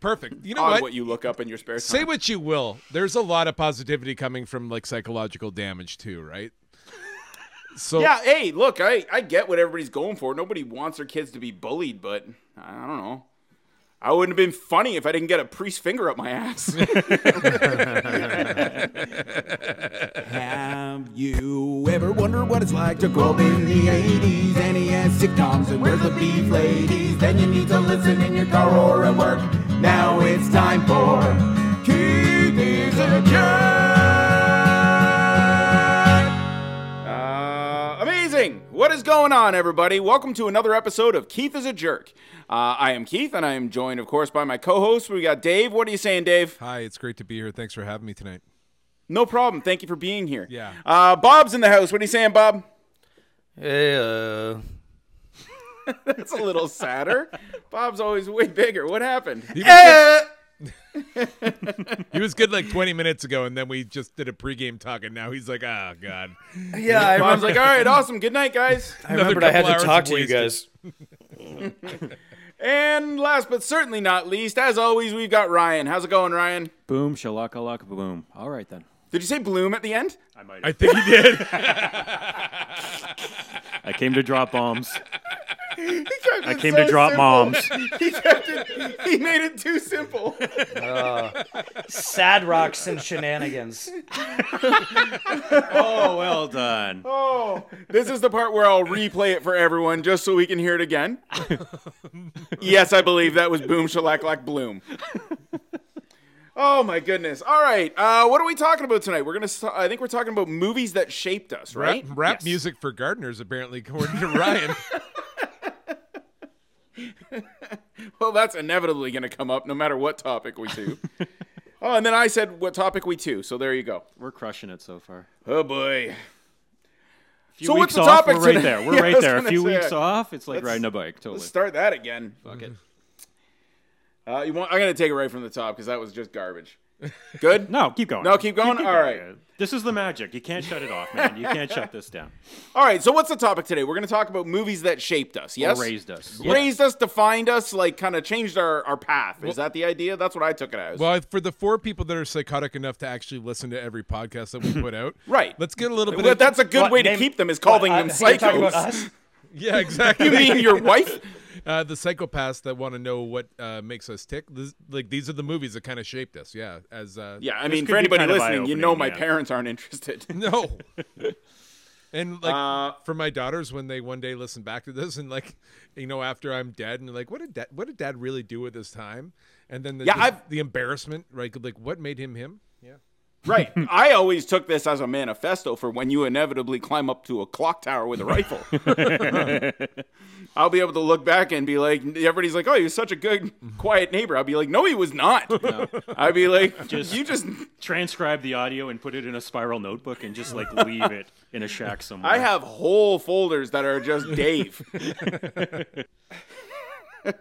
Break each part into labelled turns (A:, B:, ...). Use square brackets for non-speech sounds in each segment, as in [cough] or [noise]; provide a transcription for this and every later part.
A: perfect. You know
B: on
A: what?
B: what you look up in your spare time.
A: Say what you will. There's a lot of positivity coming from like psychological damage too,
B: [laughs]
A: right? So
B: yeah, hey, look, I, I get what everybody's going for. Nobody wants their kids to be bullied, but I don't know. I wouldn't have been funny if I didn't get a priest finger up my [laughs] ass.
C: Have you ever wondered what it's like to grow up in the 80s? NES sitcoms and where's the beef ladies? Then you need to listen in your car or at work. Now it's time for Keith is a Jerk.
B: Uh, amazing! What is going on, everybody? Welcome to another episode of Keith is a Jerk. Uh, I am Keith, and I am joined, of course, by my co host. We got Dave. What are you saying, Dave?
A: hi, it's great to be here. Thanks for having me tonight.
B: No problem. Thank you for being here.
A: Yeah.
B: Uh, Bob's in the house. What are you saying, Bob?
D: Hey, uh,
B: That's a little sadder. [laughs] Bob's always way bigger. What happened?
A: He was,
D: Eh,
A: good- He was good like 20 minutes ago, and then we just did a pregame talk, and now he's like, oh god.
D: yeah, I
B: Bob's like,
D: remember.
B: all right, awesome. Good night, [laughs] guys.
D: I remembered I had
A: couple
D: to
A: hours
D: talk
A: of
D: to you guys.
B: And last but certainly not least, as always, we've got Ryan. How's it going, Ryan?
E: Boom, shalaka lock, boom. All right then.
B: Did you say bloom at the end?
A: I think
D: [laughs]
A: he did.
E: I came to drop bombs.
B: [laughs] kept
E: I
B: it
E: came
B: so
E: to drop
B: simple.
E: moms.
B: [laughs] He kept it. He made it too simple.
D: Sad rocks and shenanigans.
E: [laughs] Oh, well done.
B: Oh, this is the part where I'll replay it for everyone just so we can hear it
E: [laughs]
B: again. yes, I believe that was boom shalaklak bloom. Oh my goodness! All right, uh, what are we talking about tonight? We're gonna. St- I think we're talking about movies that shaped us, right?
A: Rap, rap music for gardeners, apparently, according to
D: [laughs]
A: Ryan.
B: [laughs] Well, that's inevitably gonna come up no matter what topic we
E: [laughs]
B: do. oh, and then I said what topic we do, so there you go.
E: We're crushing it so far.
B: Oh boy.
E: Few
B: So what's
E: weeks
B: the
E: off,
B: topic
E: We're right
B: today? [laughs]
E: there. We're
B: Yeah, I
E: right
B: was
E: there. A
B: gonna
E: few
B: say,
E: weeks off, it's like
B: let's-
E: riding a bike. Totally.
B: Let's start that again.
E: Fuck it.
B: Uh, you want, I'm gonna take it right from the top because that was just
E: [laughs]
B: garbage. Good.
E: No, keep going.
B: No, keep going? All right.
E: This is the magic. You can't shut it off, man. You can't shut this down.
B: All right. So what's the topic today? We're gonna talk about movies that shaped us. [laughs] Yes.
E: Raised us.
B: Raised us, defined us, like kind of changed our, our path. Is that the idea? That's what I took it as.
A: well, for the four people that are psychotic enough to actually listen to every podcast that we put out,
B: Right.
A: Let's get a little bit.
B: But
A: of,
B: that's a good
D: What,
B: way to
D: name-
B: keep them is calling
D: What,
B: them
D: I- you're talking about
B: psychos. [laughs]
D: us?
A: [laughs] yeah, exactly.
B: You [laughs] mean your wife?
A: uh, the psychopaths that want to know what uh, makes us tick. This, like these are the movies that kind of shaped us. Yeah, as uh,
B: Yeah, I
E: This
B: mean,
E: could
B: for
E: be
B: anybody
E: kind of
B: listening, you
E: eye-opening,
B: know my
E: yeah.
B: parents aren't
E: [laughs]
B: interested.
A: [laughs]
B: [laughs]
A: no. And like
B: Uh,
A: for my daughters, when they one day listen back to this, and like you know, after I'm dead, and they're like, what did dad, what did dad really do at this time? And then the
B: Yeah,
A: the,
B: I've-
A: the embarrassment, right? Like what made him him? Yeah.
B: Right. I always took this as a manifesto for when you inevitably climb up to a clock tower with a
E: [laughs]
B: rifle. I'll be able to look back and be like, everybody's like, oh, he was such a good, quiet neighbor. I'll be like, no, he was not. [laughs] I'd be like,
E: Just-
B: you
E: [laughs]
B: just,
E: Transcribe the audio and put it in a spiral notebook and just like leave it in a shack
B: [laughs]
E: somewhere.
B: I have whole folders that are just
E: [laughs]
B: Dave. [laughs] All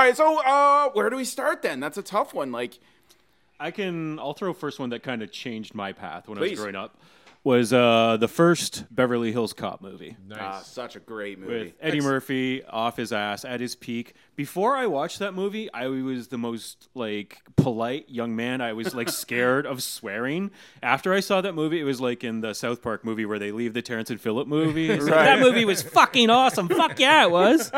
B: right. So uh, where do we start then? That's a tough one. Like,
E: I can. I'll throw first one that kind of changed my path when I
B: Please.
E: was growing up. Was uh, the first Beverly Hills Cop movie.
B: ah,
A: Nice.
B: such a great movie.
E: with Eddie Murphy off his ass at his peak. Before I watched that movie, I was the most like polite young man. I
B: [laughs]
E: was like scared of swearing. After I saw that movie, it was like in the South Park movie where they leave the Terrence and
B: [laughs]
E: Phillip movie. It's like,
B: Right.
E: That movie was fucking awesome. Fuck yeah,
B: [laughs]
E: it was.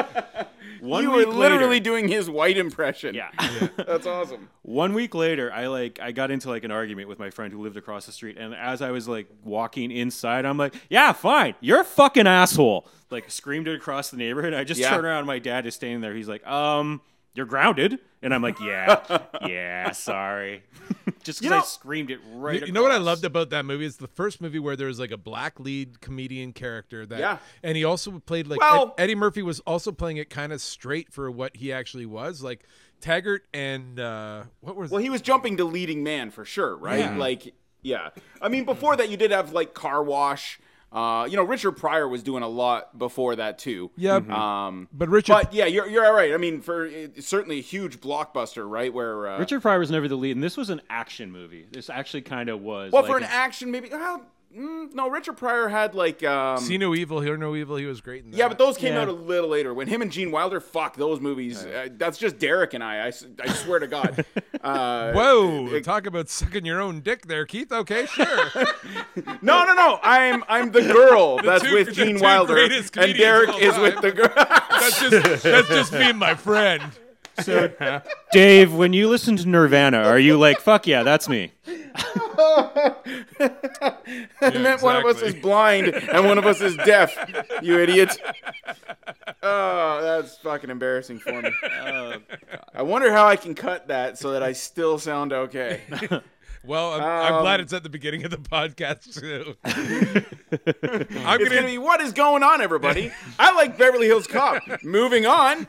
E: One
B: you were
E: week
B: literally
E: later,
B: doing his white impression.
E: [laughs] yeah.
B: That's awesome.
E: One week later, I like I got into like an argument with my friend who lived across the street, and as I was like walking inside, I'm like, "Yeah, fine, you're a fucking asshole!" Like screamed it across the neighborhood. I just
B: Yeah.
E: turned around, my dad is standing there. He's like, "Um, you're grounded," and I'm like, "Yeah,
A: [laughs]
E: yeah, sorry." just because
B: know-
E: I screamed it right.
A: You, you know what I
E: across.
A: loved about that movie? It's the first movie where there was like a black lead comedian character that,
B: Yeah.
A: and he also played like
B: Well-
A: Ed- Eddie Murphy was also playing it kind of straight for what he actually was. Like Taggart and uh, what was
B: Well, he was jumping to leading man for sure, right?
A: Yeah.
B: Like, yeah. I mean, before that, you did have like Car Wash. Uh, you know, Richard Pryor was doing a lot before that too.
A: Yeah,
E: Mm-hmm.
B: Um,
A: but Richard-
B: But yeah, you're you're all right. I mean, for it's certainly a huge blockbuster, right? Where uh,
E: Richard Pryor was never the lead, and this was an action movie. This actually kind of was.
B: Well,
E: like
B: for an
E: a-
B: action, maybe. Well, mm, no, Richard Pryor had like um,
A: See no evil, hear no evil. He was great in that.
B: yeah, but those came
E: Yeah.
B: out a little later. When him and Gene Wilder, fuck those movies. Uh, that's just Derek and I. I, s- I swear to God. Uh,
A: Whoa! talk about sucking your own dick, there, Keith.
B: [laughs]
A: Okay, sure.
B: no, no, no. I'm I'm the girl that's
A: two-
B: with
A: [laughs] the
B: Gene
A: two
B: Wilder,
A: greatest
B: and
A: comedians
B: Derek
A: of all
B: is with
A: time.
B: the girl. [laughs]
A: that's just that's just me and my friend.
E: Dave, when you listen to Nirvana, are you like, fuck yeah, that's me?
B: I meant one of us is blind and one of us is deaf. You
E: [laughs]
B: idiot. Oh, that's fucking embarrassing for
E: [laughs]
B: me. Oh, I wonder how I can cut that so that I still sound
E: [laughs]
B: okay.
A: Well, I'm, I'm glad
B: Um,
A: it's at the beginning of the [laughs] podcast
B: [laughs]
A: too. I'm
B: It's
A: gonna.
B: gonna be what is going on,
E: [laughs]
B: everybody. I like Beverly Hills Cop. Moving on.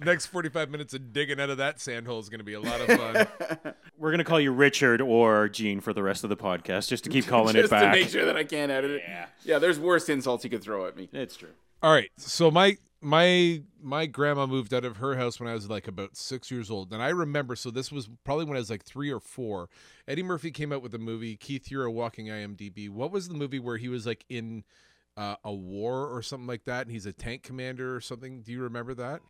A: next 45 minutes of digging out of that sand hole is going to be a lot of fun. [laughs]
E: We're gonna call you Richard or Gene for the rest of the podcast,
A: [laughs]
E: just to keep calling it
B: Just to
E: back.
B: make sure that I can't edit it. Yeah. there's worse insults you could throw at me.
E: It's true.
A: All right. So my my my grandma moved out of her house when I was like about 6 years old. And I remember so this was probably when I was like 3 or 4. Eddie Murphy came out with a movie Keith You're a Walking IMDb. What was the movie where he was like in uh, a war or something like that and he's a tank commander or something? Do you remember that?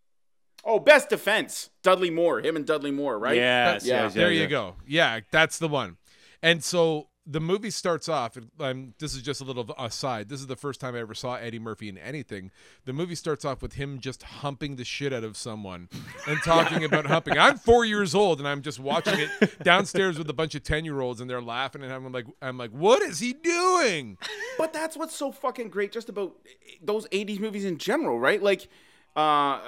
B: Oh, best defense. Dudley Moore. Him and Dudley Moore, right?
E: Yes,
B: Yeah.
E: yes,
A: there
E: yes,
A: you
E: yes.
A: go. Yeah, that's the one. And so the movie starts off. And um, this is just a little aside. This is the first time I ever saw Eddie Murphy in anything. The movie starts off with him just humping the shit out of someone
B: [laughs]
A: and talking about humping. I'm four years old and I'm just watching it downstairs with a bunch of ten year olds and they're laughing and I'm like, I'm like, what is he doing?
B: But that's what's so fucking great just about eh, those 80s movies in general, right? Like, uh,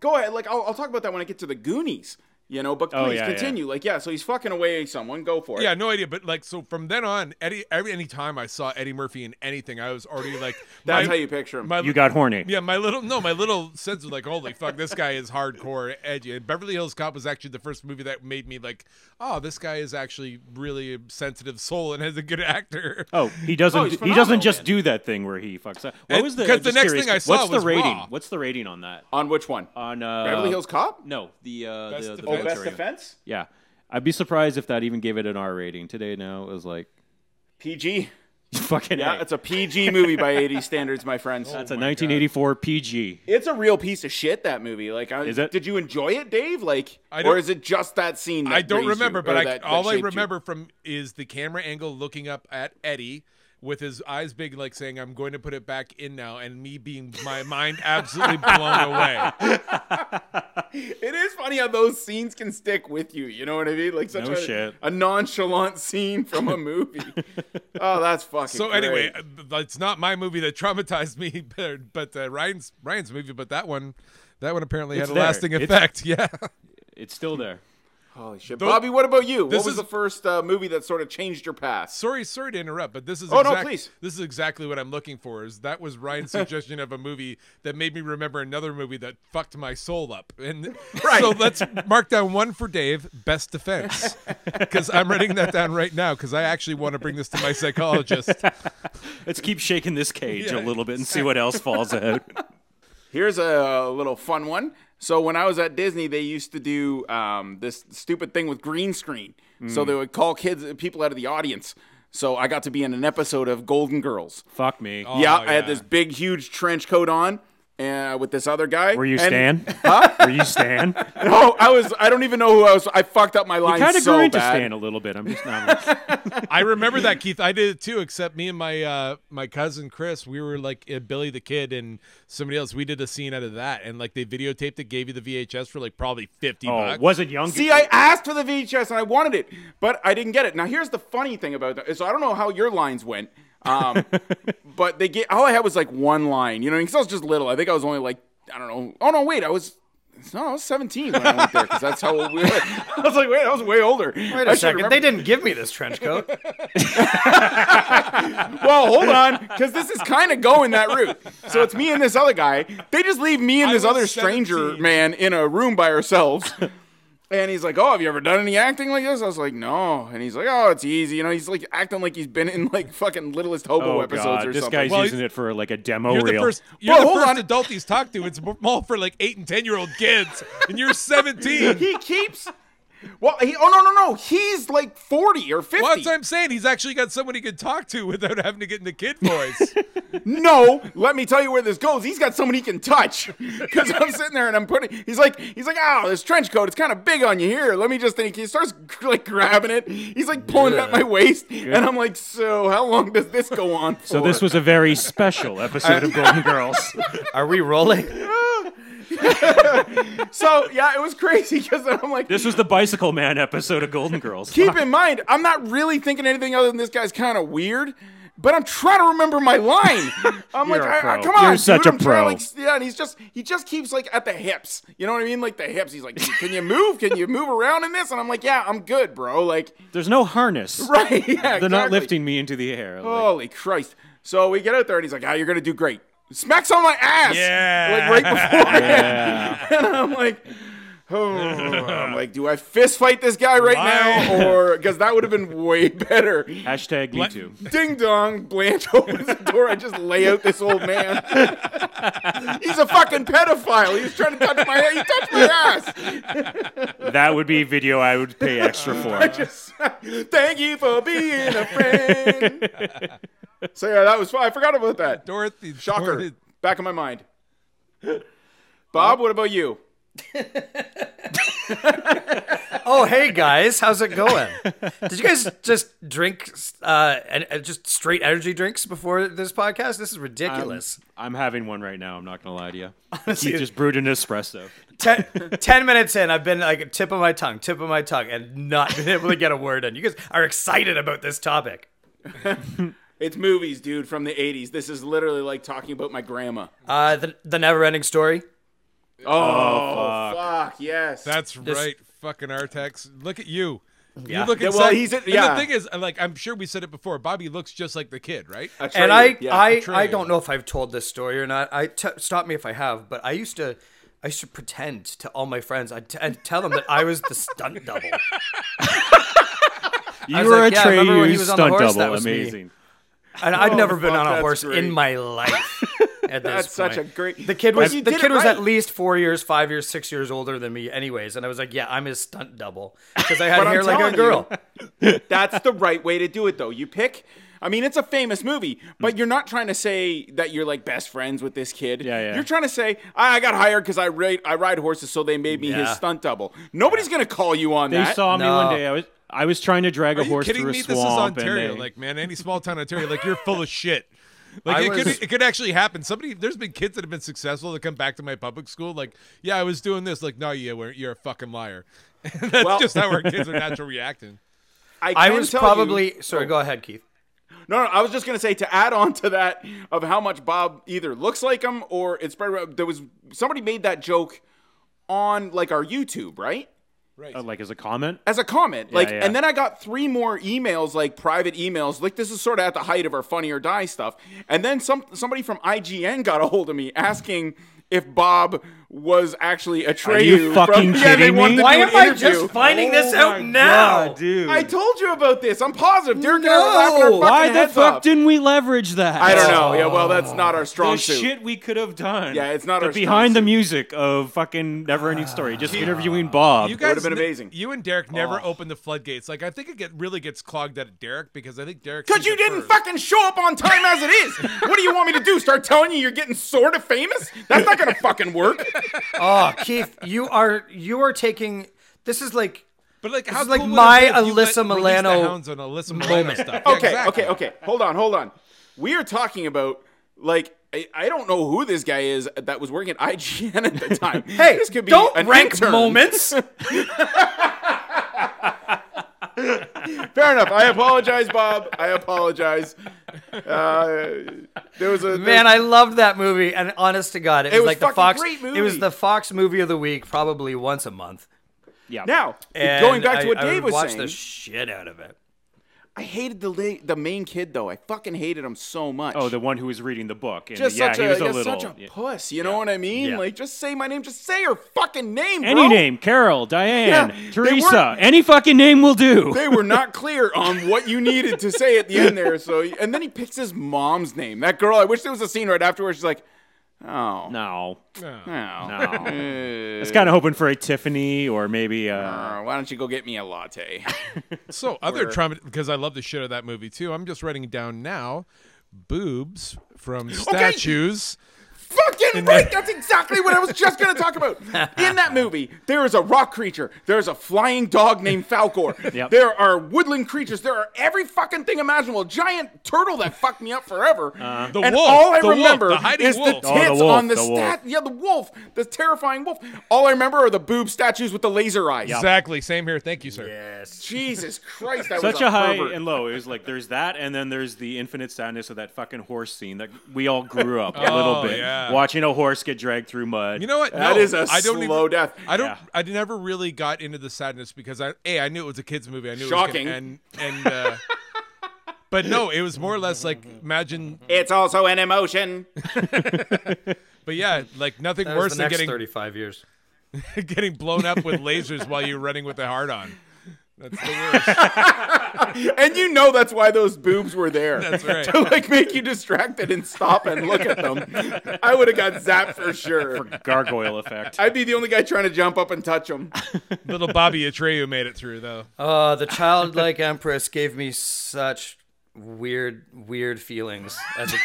B: go ahead. Like, I'll, I'll talk about that when I get to the Goonies, you know, but please
E: Oh, yeah,
B: continue. Like, yeah, so he's fucking away someone. Go for it.
A: Yeah, no idea. But like, so from then on, Eddie, every any time I saw Eddie Murphy in anything, I was already like,
B: That's
A: my-
B: how you picture him.
A: my-
E: You got horny.
A: Yeah, my little no, my little sense was like, holy fuck, this guy is hardcore edgy. And Beverly Hills Cop was actually the first movie that made me like, oh, this guy is actually really a sensitive soul and is a good actor.
E: Oh, he doesn't.
B: he's
E: he doesn't
B: phenomenal,
E: just
B: man.
E: do that thing where he fucks up. What
A: And-
E: was the?
A: 'cause
E: I'm
A: the
E: just
A: next
E: curious,
A: thing I saw
E: What's
A: was
E: the rating?
A: Raw.
E: What's the rating on that?
B: On which one?
E: On uh,
B: Beverly Hills Cop?
E: No, the uh,
A: Best
E: the, the
A: Defense. Oh, Best
E: military.
B: Defense?
E: Yeah, I'd be surprised if that even gave it an R rating today. Now it was like [laughs]
B: PG.
E: fucking.
B: Yeah,
E: A.
B: it's a PG movie by 80s
E: [laughs]
B: standards, my friends.
E: That's
A: Oh
E: a 1984 PG.
B: it's a real piece of shit, that movie. Like, I,
E: Is it?
B: Did you enjoy it, Dave? Like,
A: I don't-
B: or is it just that scene? That
A: I don't
B: raised
A: remember,
B: you,
A: but
B: or
A: I,
B: that- that
A: all I
B: shaped you?
A: remember from is the camera angle looking up at Eddie with his eyes big, like saying, "I'm going to put it back in now," and me being my mind absolutely blown
B: [laughs]
A: away.
B: It is funny how those scenes can stick with you. You know what I mean? Like such
E: No
B: a,
E: shit.
B: a nonchalant scene from
A: [laughs]
B: a movie. oh, that's fucking.
A: So
B: great.
A: anyway, uh, b- it's not my movie that traumatized me, [laughs] but, but uh, Ryan's Ryan's movie, but that one, that one apparently
E: It's
A: had a
E: there.
A: lasting
E: It's-
A: effect. [laughs] Yeah.
E: It's still there.
B: holy shit,
A: those-
B: Bobby. What about you? What
A: this
B: was
A: is-
B: the first uh, movie that sort of changed your path?
A: sorry, sorry to interrupt, but this is
B: Oh, no, please.
A: This is exactly what I'm looking for. Is that was
B: [laughs]
A: Ryan's suggestion of a movie that made me remember another movie that fucked my soul up. And [laughs] so let's mark down one for Dave, Best
B: [laughs]
A: Defense, because I'm writing that down right now because I actually want to bring this to my psychologist.
E: Let's keep shaking this cage
A: Yeah,
E: a little bit and see what else falls out.
A: [laughs]
B: Here's a little fun one. So when I was at Disney, they used to do um, this stupid thing with green screen.
A: Hmm.
B: So they would call kids, uh, people out of the audience. So I got to be in an episode of Golden Girls.
E: Fuck me.
B: yeah,
A: Oh,
B: I had
A: yeah.
B: this big, huge trench coat on, uh, with this other guy.
E: Were you
B: and-
A: [laughs]
E: Stan? Were you Stan?
B: No, I was. I don't even know who I was. I fucked up my
E: I
B: line
E: kind of
B: so
E: grew into
B: bad.
E: Stan a little bit. I'm
B: [laughs]
E: just not.
A: I remember that Keith. I did it too, except me and my uh, my cousin Chris. We were like uh, Billy the Kid and somebody else. We did a scene out of that, and like they videotaped it, gave you the VHS for like probably fifty
E: Oh,
A: bucks.
E: wasn't young.
B: See,
E: [laughs]
B: I asked for the VHS and I wanted it, but I didn't get it. Now here's the funny thing about that. So I don't know how your lines went,
E: [laughs]
B: um, but they get all I had was like one line. You know, because I was just little. I think I was only like I don't know. Oh no, wait, I was. No, I was 17 when I went there because that's how old we were. [laughs] I was like, wait, I was way older.
D: Wait a second. They didn't give me this trench coat.
B: Well, hold on, because this is kind of going that route. So it's me and this other guy. They just leave me and
A: I
B: this
A: was
B: other stranger
A: 17.
B: man in a room by ourselves. And he's like, "Oh, have you ever done any acting like this?" I was like, "No." And he's like, "Oh, it's easy." You know, he's like acting like he's been in like fucking Littlest Hobo
E: Oh
B: episodes
E: god,
B: or
E: this
B: something.
E: guy's
A: Well,
E: using it for like a demo
A: You're
E: reel.
A: the first. You're
B: Well,
A: the
B: hold
A: first
B: on.
A: adult he's talked to. It's more for like eight and ten year old kids, and you're seventeen.
B: he keeps Well, he, oh no no no, he's like forty or fifty.
A: Well, that's what I'm saying. He's actually got someone he could talk to without having to get in the kid voice.
B: no, let me tell you where this goes. He's got someone he can touch. [laughs] Because I'm sitting there and I'm putting. He's like, he's like, oh, this trench coat, it's kind of big on you here. Let me just think. He starts [laughs] like grabbing it. He's like pulling it at my waist, and I'm like, so how long does this go on for?
E: So this was a
B: [laughs]
E: very special episode of Golden Girls.
D: Are we rolling?
B: So yeah, it was crazy [laughs] because I'm like,
E: This was the Bicycle Man episode of Golden Girls.
B: keep in mind, I'm not really thinking anything other than this guy's kind of weird. But I'm trying to remember my
E: [laughs]
B: line. I'm like,
E: You're a
B: I- I-
E: pro.
B: come on,
E: You're
B: dude,
E: such a
B: I'm trying to,
E: pro.
B: like, s- yeah, and he's just he just keeps like at the hips. You know what I mean? Like the hips. He's like, can you move? Can you move around in this? And I'm like, yeah, I'm good, bro. Like, [laughs]
E: There's no harness.
B: right? Yeah, exactly. Oh.
E: They're not lifting me into the air. Like,
B: Holy Christ! So we get out there, and he's like, "Ah, you're gonna do great." Smacks on my ass.
A: Yeah.
B: Like right before. [laughs] and I'm like, oh, I'm like, do I fist fight this guy right now, or because that would have been way better.
E: Hashtag me too.
B: Ding dong, Blanche [laughs] opens the door. I just lay out this old man. [laughs] He's a fucking pedophile. He's trying to touch my he touched my ass.
E: That would be video I
B: [laughs]
E: would pay extra for.
B: Just, [laughs] Thank you for being a friend. So yeah, that was fun. I forgot about that.
A: Dorothy.
B: Shocker.
A: Dorothy-
B: Back of my mind. Bob, what about you?
D: [laughs] Oh, hey guys, how's
A: [laughs]
D: it going? Did you guys just drink uh, and uh, just straight energy drinks before this podcast? This is ridiculous.
E: I'm having one right now. I'm not gonna lie to you. He just brewed an espresso.
D: ten, ten minutes in, I've been like tip of my tongue, tip of my tongue, and not been able to get a word in. You guys are excited about this topic.
B: It's movies, dude, from the 80s. This is literally like talking about my grandma.
D: Uh, the, the never ending story.
B: Oh, fuck. yes.
A: That's right. Fucking Artex. Look at you. You look
B: Yeah,
A: at
B: well, he's a- yeah.
A: the thing is, like, I'm sure we said it before. Bobby looks just like the kid, right?
B: A
D: and I,
B: traitor, yeah.
D: I,
A: true.
D: I don't know if I've told this story or not. I t- stop me if I have, but I used to, I used to pretend to all my friends, I'd t- and tell them that I was the stunt double.
E: You
D: was
E: were
D: like,
E: a
D: yeah, I remember when he
E: Treyu's
D: was on the
E: stunt
D: horse, that
E: double.
D: was me.
E: Amazing.
D: And I'd never been
B: Oh, fuck,
D: on a
B: that's
D: horse
B: great.
D: in
B: [laughs]
D: my life. At
B: That's
D: this
B: such
D: point.
B: a great-
D: The kid
B: But
D: was
B: you
D: the
B: did
D: kid
B: it
D: was
B: right.
D: at least four years, five years, six years older than me, anyways. And I was like, yeah, I'm his stunt double because I had
B: But I'm
D: hair like
B: telling
D: a girl.
B: [laughs] That's the right way to do it, though. You pick. I mean, it's a famous movie, but you're not trying to say that you're like best friends with this kid.
E: Yeah, yeah.
B: You're trying to say I, I got hired because I ride I ride horses, so they made me his
D: Yeah.
B: stunt double. Nobody's gonna call you on
E: They
B: that.
E: saw me
D: No.
E: one day. I was I was trying to drag a
A: Are you
E: horse
A: kidding
E: through a
A: me?
E: swamp.
A: This is Ontario.
E: and they-
A: Like, man, any small town Ontario, like you're full of
E: [laughs]
A: shit. Like
D: I
A: it
D: was-
A: could it could actually happen. Somebody there's been kids that have been successful that come back to my public school, like, yeah, I was doing this, like, no, you weren't you're a fucking liar. [laughs] That's
B: Well-
A: just how our kids are
B: [laughs]
A: natural reacting.
B: I,
D: I
B: can
D: was
B: tell
D: probably
B: you-
D: sorry. Go ahead, Keith.
B: No, no, I was just gonna say to add on to that of how much Bob either looks like him or it's spread. around- There was somebody made that joke on like our YouTube, right?
E: uh, like as a comment.
B: As a comment, like,
E: yeah.
B: and then I got three more emails, like private emails, like this is sort of at the height of our funny or die stuff. And then some somebody from IGN got a hold of me asking if Bob was actually a Are
E: you fucking
B: yeah, they
E: kidding
B: wanted
E: me?
B: to
E: Why
B: do an
E: am
B: interview. Oh
D: finding this out
E: now? Oh God, dude.
B: I told you about this. I'm positive. Derek and I were laughing our fucking
D: No.
E: Why the
B: heads
E: fuck
B: off.
E: didn't we leverage that?
B: I don't know. Yeah, well, that's not our strong
E: the
B: suit.
E: shit we could have done.
B: Yeah, it's not
E: the
B: our strong
E: behind the
B: suit.
E: music of fucking never ending
B: [sighs]
E: story. Just interviewing Bob.
A: You
B: would've
A: guys
B: been
A: n-
B: amazing. Oh.
A: You and Derek never opened the floodgates. Like I think it get, really gets clogged at Derek because I think Derek
B: Because
A: sees
B: you
A: it
B: didn't
A: first.
B: fucking show up on time as it is. What do you want me to do? Start telling you you're getting sort of famous? That's not gonna fucking
D: [laughs]
B: work.
D: Oh, Keith, you are you are taking this is like
A: But like
D: This
A: how
D: is like
A: cool would it
D: my
A: be if you let-
D: Alyssa
A: release
D: Milano
A: the hounds on Alyssa Milano
D: moment.
A: stuff. Yeah,
B: Okay,
A: exactly.
B: okay, okay. Hold on, hold on. We are talking about like I, I don't know who this guy is that was working at IGN at
D: [laughs]
B: the time.
D: hey,
B: this could be
D: don't
B: an
D: rank
B: intern.
D: moments.
B: Fair enough. I apologize, Bob. I apologize. Uh, there was a
D: Man, I loved that movie, and honest to God, it, was,
B: was
D: like the
B: fucking
D: Fox.
B: great
D: It
B: movie.
D: was the Fox movie of the week, probably once a month.
E: yeah.
B: now
D: And
B: going back to
D: I-
B: what
D: I
B: Dave
D: would
B: was
D: watch
B: saying.
D: the shit out of it.
B: I hated the la- the main kid though. I fucking hated him so much.
E: [laughs] Oh, the one who was reading the book. And
B: just
E: yeah,
B: such
E: he
B: a,
E: was a
B: just
E: little.
B: such a
E: yeah.
B: puss. You know what I mean?
D: Yeah.
B: Like, just say my name. Just say her fucking name, bro.
E: Any name, Carol, Diane,
B: Yeah, they
E: Teresa,
B: weren't-
E: any fucking name will do.
B: They were not
E: [laughs]
B: clear on what you needed to say at the end there. So, and then he picks his mom's name. That girl. I wish there was a scene right afterwards. She's like, Oh.
E: No,
A: Yeah.
B: No. [laughs]
E: no.
B: Uh,
E: I was kind of hoping for a Tiffany or maybe uh, a.
B: why don't you go get me a latte?
A: So other trauma because I love the shit out of that movie too. I'm just writing down now, boobs from statues.
B: Fucking right! That's exactly what I was just going to talk about. In that movie, there is a rock creature. There is a flying dog named Falcor.
E: Yep.
B: There are woodland creatures. There are every fucking thing imaginable. A giant turtle that fucked me up forever.
A: Uh, The
B: and
A: wolf,
B: all I
A: the wolf,
B: remember
A: the hiding
B: is
A: wolf.
B: the tits
E: Oh, the wolf,
B: on the,
E: the wolf.
B: stat. Yeah, the wolf, the terrifying wolf. All I remember are the boob statues with the laser eyes.
A: Exactly. Same here. Thank you, sir.
D: Yes.
B: Jesus Christ, that
E: Such
B: was
E: a,
B: a,
E: high
B: pervert.
E: and low. It was like there's that, and then there's the infinite sadness of that fucking horse scene that we all grew up a
A: Oh,
E: little bit
A: yeah.
E: watching a horse get dragged through mud.
A: You know what?
B: That
A: no,
B: is a
A: I don't
B: slow
A: even,
B: death.
A: I don't.
E: Yeah.
A: I never really got into the sadness because I a I knew it was a kids movie. I knew
B: Shocking.
A: it was gonna, and and. Uh, But no, it was more or less like imagine.
B: It's also an emotion.
A: But yeah, like nothing
D: That was
A: worse
D: the
A: than
D: next
A: getting
D: 35 years.
A: [laughs] getting blown up with lasers while you're running with the hard on. That's the worst.
B: And you know that's why those boobs were there.
A: That's right.
B: [laughs] to like make you distracted and stop and look at them. I would have got zapped for sure.
E: gargoyle [laughs] effect.
B: I'd be the only guy trying to jump up and touch them.
A: Little Bobby Atreyu made it through though.
D: Oh, the childlike [laughs] empress gave me such weird, weird feelings as a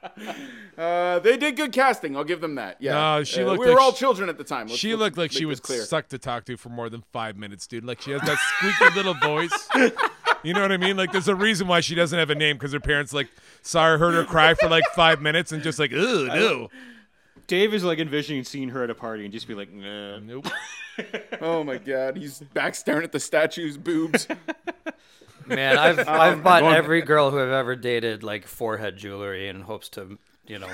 B: [laughs]
D: kid.
B: Uh, they did good casting. I'll give them that. Yeah,
A: No, she
B: Uh,
A: looked
B: we were
A: like
B: all
A: she-
B: children at the time. Let's-
A: She
B: let's
A: looked like she
B: make
A: was
B: this clear.
A: stuck to talk to for more than five minutes, dude. Like she has that squeaky little voice. You know what I mean? Like there's a reason why she doesn't have a name because her parents like saw her, heard her cry for like five minutes, and just like, ooh, no.
E: Dave is like envisioning seeing her at a party and just be like, "Nah."
A: Nope.
B: Oh my god, he's back staring at the statue's boobs. [laughs]
D: Man,
B: Oh.
D: I've I've bought every girl who I've ever dated like forehead jewelry in hopes to
B: [laughs]
D: you know.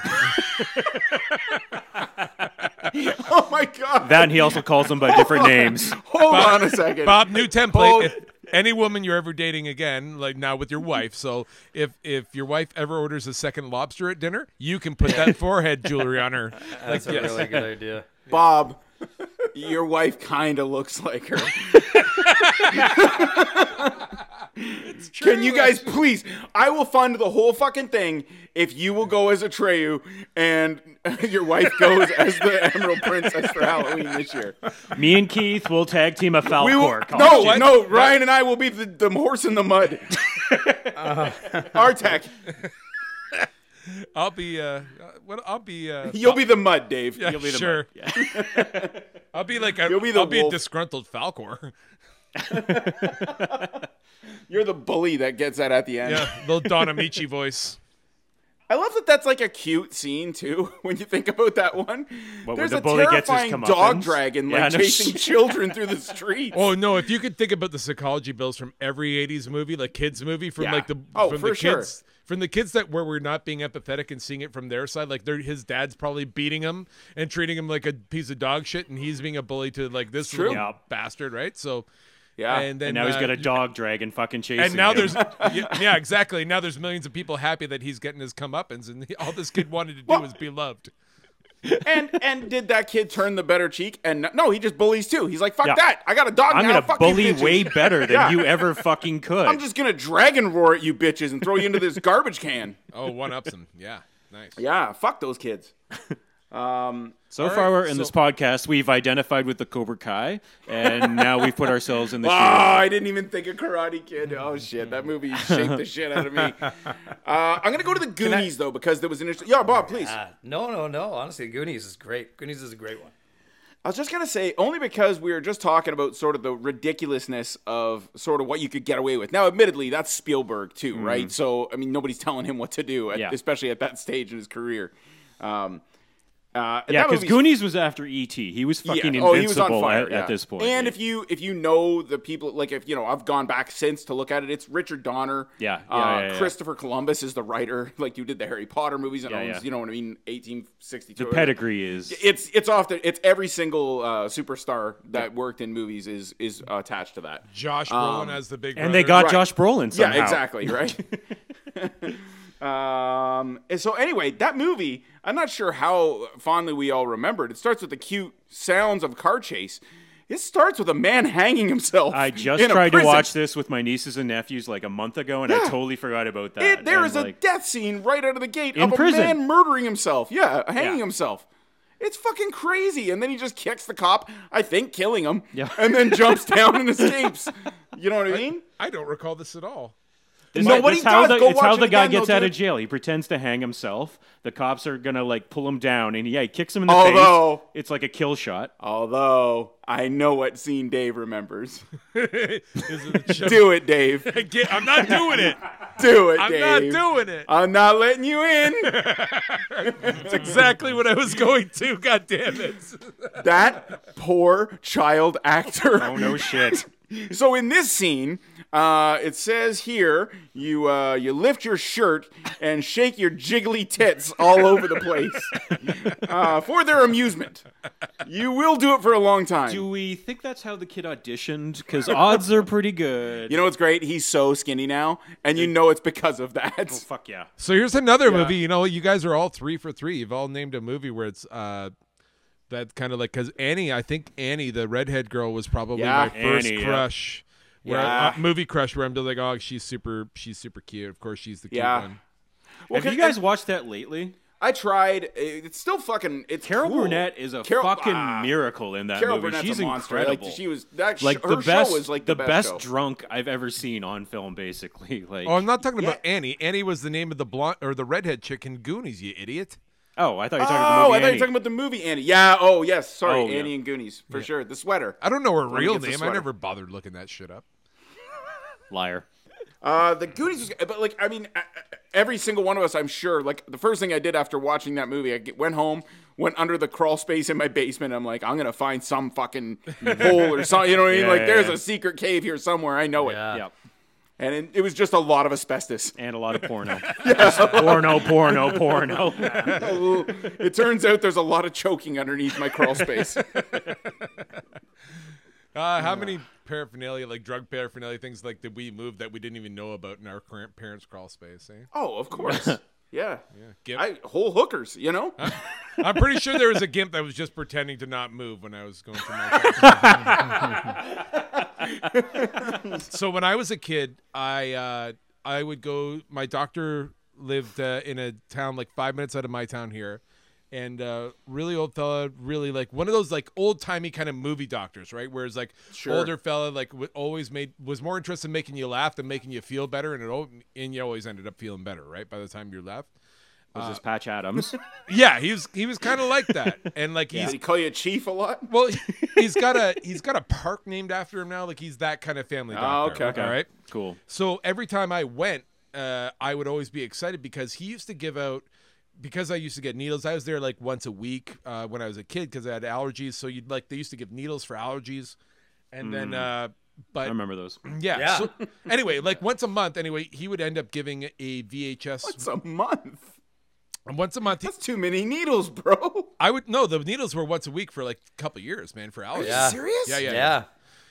B: oh my god.
E: That and he also calls them by [laughs] different names.
B: Hold on a second.
A: Bob, new
B: Hold-
A: template. If any woman you're ever dating again, like now with your wife, so if if your wife ever orders a second lobster at dinner, you can put that forehead
B: [laughs]
A: jewelry on her. Like
D: That's a really good idea.
B: Bob, your wife kind of looks like her. Can you guys please? I will fund the whole fucking thing if you will go as Atreyu and [laughs] your wife goes as the Emerald Princess for Halloween this year.
E: Me and Keith will tag team a Falcor.
B: We will, no,
E: costume.
A: what?
B: no, Ryan and I will be the, the horse in
A: [laughs]
B: the mud. Artek,
A: I'll be uh, what I'll be uh,
B: you'll be the mud, Dave.
A: yeah,
E: You'll be the
A: sure.
E: mo- yeah.
A: I'll be like a,
B: You'll be the
A: I'll be a
B: wolf.
A: disgruntled Falcor.
B: You're the bully that gets that at the end.
A: Yeah, little Don Amici voice.
B: I love that that's like a cute scene too [laughs] when you think about that one.
E: What,
B: There's
E: where
B: a
E: the bully gets his
B: terrifying dog
E: comeuppance?
B: dragon like
E: Yeah, no
B: chasing
E: [laughs] shit.
B: children through the streets.
A: Oh no! If you could think about the psychology bills from every '80s movie, like kids movie, from
B: Yeah.
A: like the
B: Oh,
A: from
B: for
A: the
B: sure.
A: kids from the kids that where we're not being empathetic and seeing it from their side, like they're, his dad's probably beating him and treating him like a piece of dog shit, and he's being a bully to like this
B: True.
A: little
E: Yeah.
A: bastard, right? So
B: yeah.
A: and then
E: And now he's
A: uh,
E: got a dog dragon fucking chasing
A: and now
E: him. [laughs]
A: there's yeah, yeah, exactly. Now there's millions of people happy that he's getting his comeuppance, and [laughs] he- all this kid wanted to do
B: Well-
A: was be loved.
B: and and did that kid turn the better cheek? And no, he just bullies too. He's like, "Fuck
E: Yeah.
B: that! I got a dog
E: I'm
B: now."
E: gonna
B: Fuck you
E: bully
B: bitches."
E: way better than
B: Yeah.
E: you ever [laughs] fucking
B: [laughs]
E: could.
B: I'm just gonna dragon roar at you bitches and throw you into this garbage can. [laughs]
A: Oh, one ups him. Yeah, nice.
B: Yeah, fuck those kids.
E: [laughs] so far, we're in
A: so-
E: this podcast. We've identified with the Cobra Kai, and now we've put ourselves [laughs] in the
B: Oh,
E: shoes.
B: I didn't even think of Karate Kid. Oh shit, that movie shaped the shit out of me.
E: [laughs]
B: Uh, I'm gonna go to the Goonies though because there was an interesting. Yeah, Bob, please.
D: Uh, no, no, no. Honestly, Goonies is great. Goonies is a great one.
B: I was just gonna say only because we were just talking about sort of the ridiculousness of sort of what you could get away with. Now, admittedly, that's Spielberg too, right? So I mean, nobody's telling him what to do, at-
E: Mm-hmm. Yeah.
B: especially at that stage in his career. Um, uh, and
E: Yeah,
B: that
E: because
B: movie's-
E: Goonies was after ET. He was
B: yeah.
E: fucking
B: oh,
E: invincible
B: he was on fire
E: at,
B: yeah.
E: at this point.
B: And if you if you know the people, like if you know, I've gone back since to look at it. It's Richard Donner.
E: Yeah, yeah,
B: uh,
E: yeah, yeah.
B: Christopher Columbus is the writer. [laughs] Like you did the Harry Potter movies and
E: Yeah,
B: owns,
E: yeah.
B: you know what I mean, 1862.
E: the
B: or-
E: pedigree is
B: it's it's often it's every single uh, superstar that worked in movies is is attached to that.
A: Josh Brolin
B: Um,
A: as the big.
E: and they
A: brother.
E: got
B: Right.
E: Josh Brolin somehow.
B: Yeah, exactly, right? [laughs] um, and so anyway, that movie, I'm not sure how fondly we all remembered. It starts with the cute sounds of a car chase. It starts with a man hanging himself. [laughs]
E: I just
B: in a
E: tried to
B: prison.
E: watch this with my nieces and nephews like a month ago, and I
B: Yeah.
E: totally forgot about that.
B: It, there
E: And,
B: is a
E: like,
B: death scene right out of the gate
E: In
B: of a
E: prison.
B: man murdering himself. Yeah, hanging
E: Yeah.
B: himself. It's fucking crazy. And then he just kicks the cop, I think killing him,
E: Yeah.
B: and then jumps down
E: [laughs]
B: and escapes. You know what I mean?
A: I don't recall this at all.
E: This,
B: No, what
E: this
B: he
E: how
B: does,
E: the,
B: go
E: it's how
B: watch it
E: the guy
B: again,
E: gets
B: though,
E: out of
B: dude.
E: jail. He pretends to hang himself. The cops are gonna like pull him down, and yeah, he kicks him in the
B: Although-
E: face. It's like a kill shot.
B: Although, I know what scene Dave remembers.
A: [laughs]
E: [laughs]
A: Is it a
B: Do it, Dave.
A: Again, I'm not doing it.
B: Do it,
A: I'm
B: Dave.
A: not doing it.
B: I'm not letting you in.
E: [laughs]
A: That's exactly what I was going to. God damn it.
B: That poor child actor. [laughs]
E: Oh no, shit.
B: So in this scene, uh, it says here you uh, you lift your shirt and shake your jiggly tits all over the place uh, for their amusement. You will do it for a long time.
E: Do we think that's how the kid auditioned? [laughs] Because odds are pretty good.
B: you know what's great? He's so skinny now, and you know it's because of
E: oh,
B: that.
E: fuck yeah.
A: So here's another movie. You know, you guys are all three for three. You've all named a movie where it's uh that kind of like because Annie, I think Annie, the redhead girl, was probably
B: Yeah.
A: my first
E: Annie, yeah.
A: crush. Where
B: Yeah.
A: uh, movie crush where I'm just like, oh, she's super, she's super cute. Of course, she's the cute
B: Yeah.
A: one.
B: Well,
E: Have
B: 'cause
E: you guys watched that lately?
B: I tried. It's still fucking. It's
E: Carol
B: cool.
E: Burnett is a
B: Carol-
E: fucking
B: ah,
E: miracle in that
B: Carol
E: movie.
B: Burnett's
E: She's
B: a monster.
E: incredible.
B: Like she was. That sh-
E: Like,
B: her
E: the best,
B: show was like
E: the, best,
B: show.
E: drunk I've ever seen on film, basically. [laughs] Like,
A: Oh, I'm not talking about
B: Yeah.
A: Annie. Annie was the name of the blonde or the redhead chick in Goonies. You idiot.
E: oh, I thought you were talking about the
B: Oh,
E: movie
B: I thought you
E: Annie.
B: were talking about the movie Annie. Yeah. Oh, yes. Sorry,
E: Oh, yeah.
B: Annie and Goonies for sure. The sweater.
A: I don't know her real
B: gets the
A: name. I
B: sweater.
A: never bothered looking that shit up.
E: Liar.
B: Uh, the Goonies was, but like, I mean, uh, uh, every single one of us, I'm sure. Like, the first thing I did after watching that movie, I get- went home, went under the crawl space in my basement. I'm like, I'm gonna find some fucking hole or something. You know what I mean?
E: Yeah,
B: like,
E: yeah,
B: there's
E: yeah.
B: a secret cave here somewhere. I know it.
D: Yeah.
E: Yep.
B: And it, it was just a lot of asbestos.
E: And a lot
B: [laughs]
E: of porno. [laughs] Porno, porno, porno.
B: it turns out there's a lot of choking underneath my crawl space.
A: Uh, how many paraphernalia, like drug paraphernalia things, like did we move that we didn't even know about in our current parents' crawl space? Eh?
B: oh, of course. Yeah.
A: Gimp.
B: I whole hookers. You know.
A: I'm pretty sure there was a gimp that was just pretending to not move when I was going through my. so when I was a kid, I uh, I would go. My doctor lived uh, in a town like five minutes out of my town here, and uh, really old fella, really like one of those like old timey kind of movie doctors, right? Whereas like
B: Sure.
A: older fella, like w- always made was more interested in making you laugh than making you feel better, and it al- and you always ended up feeling better, right? By the time you left.
E: Was this Patch Adams?
A: Yeah, he was he was kind of like that, and like he's
B: Does he call you chief a lot?
A: well, he's got
B: [laughs]
A: a he's got a park named after him now. Like he's that kind of family doctor.
B: Oh, okay.
A: All right.
E: Cool.
A: So every time I went, uh, I would always be excited because he used to give out. Because I used to get needles, I was there like once a week uh, when I was a kid because I had allergies. So you'd like they used to give needles for allergies, and
B: Mm.
A: then uh,
E: I
A: but
E: remember those.
A: yeah.
D: Yeah.
A: So anyway, like once a month, anyway, he would end up giving a VHS
B: It's a month.
A: once a month. he-
B: That's too many needles, bro.
A: I would no, the needles were once a week for like a couple years, man, for allergies.
D: Yeah.
B: Serious?
A: Yeah, yeah,
D: Yeah.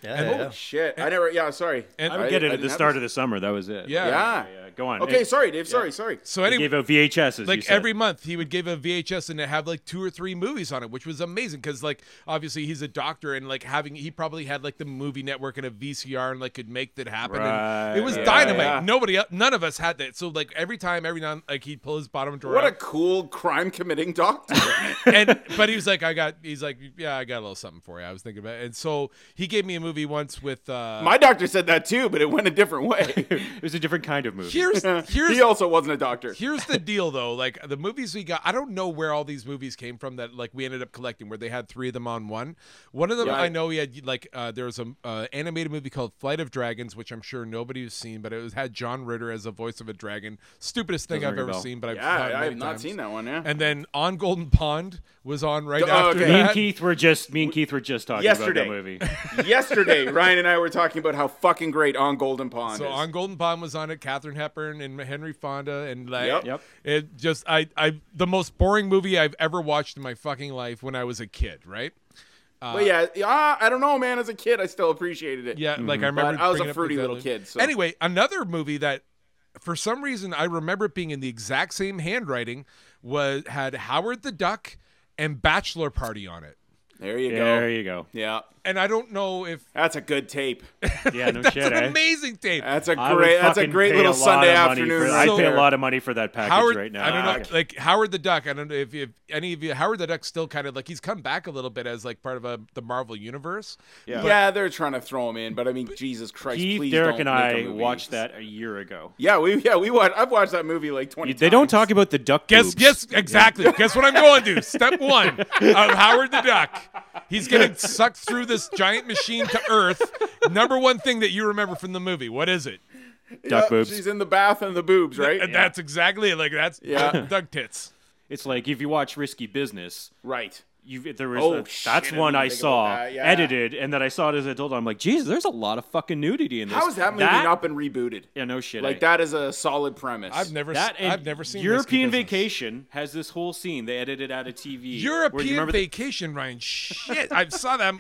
D: Yeah.
A: And-
D: yeah.
B: Shit. I never. Yeah. Sorry.
A: And-
E: I would get it at the
B: didn't
E: start
B: have
E: of the summer. That was it.
A: Yeah.
B: Yeah. Ah.
E: Yeah, Go on.
B: Okay.
E: Hey,
B: Sorry, Dave. Sorry. Sorry.
A: So
E: they
A: anyway,
E: gave out VHSs. you
A: like
E: said.
A: every month he would give a VHS and it'd have like two or three movies on it, which was amazing because like obviously he's a doctor and like having he probably had like the movie network and a VCR and like could make that happen. and it
E: Right,
A: was
E: yeah,
A: dynamite.
B: yeah.
A: Nobody, el- none of us had that. So like every time, every now and like he'd pull his bottom drawer,
B: What a
A: out,
B: cool crime committing doctor. [laughs]
A: and but he was like, I got. He's like, yeah, I got a little something for you. I was thinking about, it. and so he gave me a movie once with. uh
B: My doctor said that too, but it went a different
E: [laughs]
B: way.
E: It was a different kind of movie.
B: [laughs]
A: Here's here's
B: he also wasn't a doctor.
A: Here's the deal, though. Like the movies we got, I don't know where all these movies came from that like we ended up collecting. Where they had three of them on one. One of them
B: Yeah.
A: I know he had like uh, there was a uh, animated movie called Flight of Dragons, which I'm sure nobody's seen, but it was had John Ritter as the voice of a dragon. Stupidest thing I've
E: Doesn't ring a
A: ever
E: bell.
A: seen, but I've
B: Yeah,
A: saw it
B: I have
A: many
B: not
A: times.
B: seen that one. Yeah.
A: And then on Golden Pond was on right
B: Oh,
A: after
B: okay.
E: Me and
A: that.
E: Keith were just me and Keith were just talking
B: Yesterday.
E: about
B: [laughs]
E: that movie. [laughs]
B: Yesterday, Ryan and I were talking about how fucking great on Golden Pond.
A: So
B: is.
A: on Golden Pond was on it. Catherine Hepburn and Henry Fonda and like
B: Yep.
E: Yep.
A: it just I I the most boring movie I've ever watched in my fucking life when I was a kid. Right.
E: uh,
B: but yeah, yeah, I don't know, man. As a kid, I still appreciated it.
A: Yeah, like I remember.
B: Mm-hmm. I was
A: bringing
B: a
A: up
B: fruity
A: the
B: little
A: Zelda-
B: kid, so-
A: Anyway, another movie that, for some reason, I remember it being in the exact same handwriting was had Howard the Duck and Bachelor Party on it.
B: There you
E: There
B: go. [laughs]
E: you go.
B: yeah.
A: And I don't know if [laughs]
B: That's a good tape.
E: Yeah, no
A: that's
E: shit.
A: an
E: eh?
A: amazing tape.
B: That's a
E: [laughs] I would
B: great that's a
E: fucking
B: great
E: pay
B: little
E: a lot
B: Sunday
E: of money
B: afternoon.
E: For,
B: right
E: I'd pay
B: there.
E: a lot of money for that package
A: Howard,
E: right now.
A: I don't know,
E: Okay.
A: like Howard the Duck. I don't know if, if any of you Howard the Duck still kind of like he's come back a little bit as like part of a, the Marvel universe.
B: Yeah.
A: But-
B: they're trying to throw him in, but I mean, Jesus Christ,
E: Keith,
B: please
E: Derek,
B: don't
E: and
B: make a
E: I
B: movie.
E: watched that a year ago.
B: Yeah, we yeah we watched. I've watched that movie like twenty.
E: They don't
B: times.
E: talk about the duck.
A: Guess,
E: boobs.
A: guess exactly. Guess what I'm going to. Step one of Howard the Duck. He's
B: [laughs]
A: gonna suck through this giant machine to Earth. Number one thing that you remember from the movie. What is it?
E: duck
B: Yeah,
E: boobs.
B: She's in the bath and the boobs, right?
A: And that's exactly it. like that's
B: Yeah.
A: duck tits.
E: It's like if you watch Risky Business,
B: Right.
E: you there was
B: Oh,
E: a-
B: shit, I
E: that's
B: didn't
E: one I
B: think about
E: saw
B: that, yeah.
E: edited, and then I saw it as an adult. I'm like, Jesus, there's a lot of fucking nudity in this.
B: How has that movie not been rebooted?
E: Yeah, no shit. eh?
B: Like that is a solid premise.
A: I've never.
E: That and
A: I've never seen
E: European
A: Risky Business.
E: Vacation has this whole scene they edited out of TV. where you
A: European
E: remember the-
A: Vacation, Ryan. Shit, I saw that.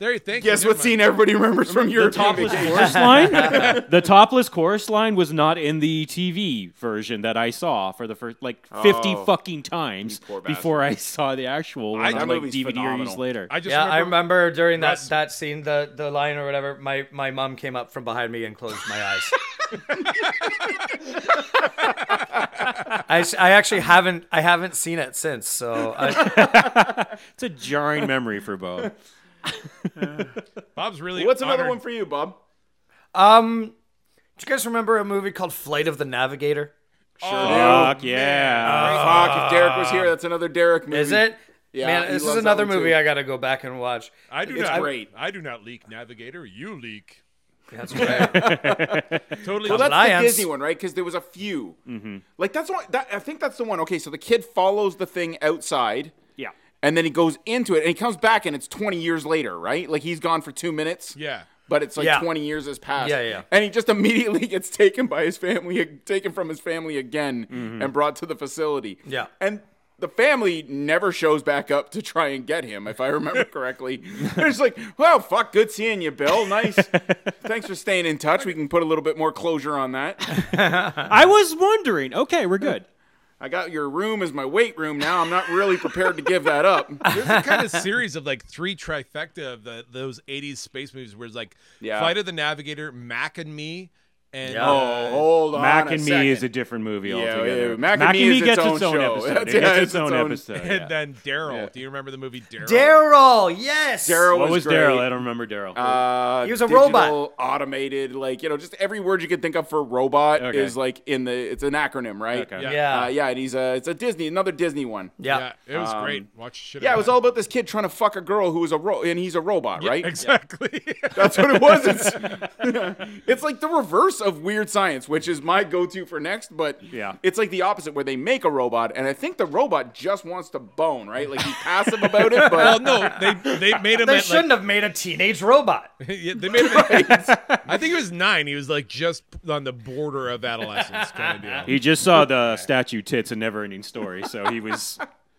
A: There, thank you.
B: Guess
A: Never
B: what
A: mind.
B: scene everybody remembers from
E: [laughs] the
B: European
E: topless
B: Vacation?
E: chorus line. [laughs] the topless chorus line was not in the TV version that I saw for the first like 50
B: Oh.
E: fucking times
B: poor bastard.
E: before I saw the actual one
A: I-
E: on,
A: That
E: like
B: movie's
E: DVD or years
B: phenomenal.
E: later.
A: I just
D: yeah, I
A: remember.
D: remember during that,
A: Russ-
D: that scene, the, the line or whatever, my, my mom came up from behind me and closed my eyes. I, s- I actually haven't I haven't seen it since, so
B: [laughs]
D: I,
E: it's a jarring memory for Bo.
A: Bob's really.
B: What's another
A: honored.
B: one for you, Bob?
D: um, do you guys remember a movie called Flight of the Navigator?
B: Oh,
E: Fuck yeah.
B: Uh, Fuck, if Derek was here, that's another Derek movie.
D: Is it?
B: Yeah,
D: man,
B: he
D: this is
B: loves that
D: another
B: one
D: movie
B: too.
D: I got to go back and watch.
A: I do
B: It's
A: not.
B: great.
A: I do not leak Navigator. You leak.
D: That's
B: [laughs]
D: right.
A: Totally.
B: Well, that's
D: Lions.
B: the Disney one, right? Because there was a few.
E: Mm-hmm.
B: Like that's one. That, I think that's the one. Okay, so the kid follows the thing outside,
E: Yeah.
B: and then he goes into it, and he comes back, and it's twenty years later, right? Like he's gone for two minutes.
A: yeah.
B: But it's like
D: Yeah.
B: 20 years has passed.
D: Yeah, yeah.
B: And he just immediately [laughs] gets taken by his family, taken from his family again
E: Mm-hmm.
B: and brought to the facility.
D: Yeah.
B: And the family never shows back up to try and get him, if I
E: [laughs]
B: remember correctly. They're just like, well, fuck, good seeing you, Bill.
E: [laughs]
B: Nice. Thanks for staying in touch. We can put a little bit more closure on that.
E: I was wondering. Okay, we're good.
B: I got your room as my weight room now. I'm not really prepared to give that up.
A: There's a
B: [laughs]
A: kind of series of like three trifecta of the, those '80s space movies, where it's like
B: Yeah.
A: Flight of the Navigator, Mac and Me, and
D: Yeah.
B: Oh, hold on.
E: Mac
B: a
E: and
B: second.
E: Me is a different movie altogether.
B: yeah, Mac and Me is its
E: gets
B: own
E: its own
B: show. [laughs]
E: episode. It
B: Yeah, it's
E: gets its,
B: its
E: own,
B: own-
E: episode.
A: [laughs] and
E: yeah.
A: then Daryl. Do you remember the movie Daryl?
D: Daryl, yes.
B: Daryl
E: What was
B: great.
E: Daryl? I don't remember Daryl.
B: Uh,
D: He was a
B: digital,
D: robot.
B: automated, like you know, just every word you could think of for robot
E: Okay.
B: is like in the. It's an acronym, right?
E: Okay.
A: Yeah.
D: Yeah.
B: Uh, yeah, and he's a. It's a Disney, another Disney one.
A: Yeah,
D: yeah.
A: it was great. Watch shit.
B: Um, Yeah,
A: out
B: it
A: of
B: was
A: that.
B: all about this kid trying to fuck a girl who was a ro- and he's a robot,
A: Yeah,
B: [laughs] right?
A: Exactly.
B: That's what it was. It's, [laughs] it's like the reverse of weird science, which is my go-to for next. But
E: Yeah.
B: it's like the opposite, where they make a robot, and I think the robot just wants to bone, right? Like he's passive about
E: [laughs]
B: it,
A: [laughs]
B: but
A: well, no, they they made him.
D: They
A: at, like, [laughs]
D: shouldn't have made a teenage robot.
A: Yeah, they made him.
B: [laughs]
A: I think he was nine. He was like just on the border of adolescence, kind of deal.
E: he just saw the statue tits and never ending story, so he was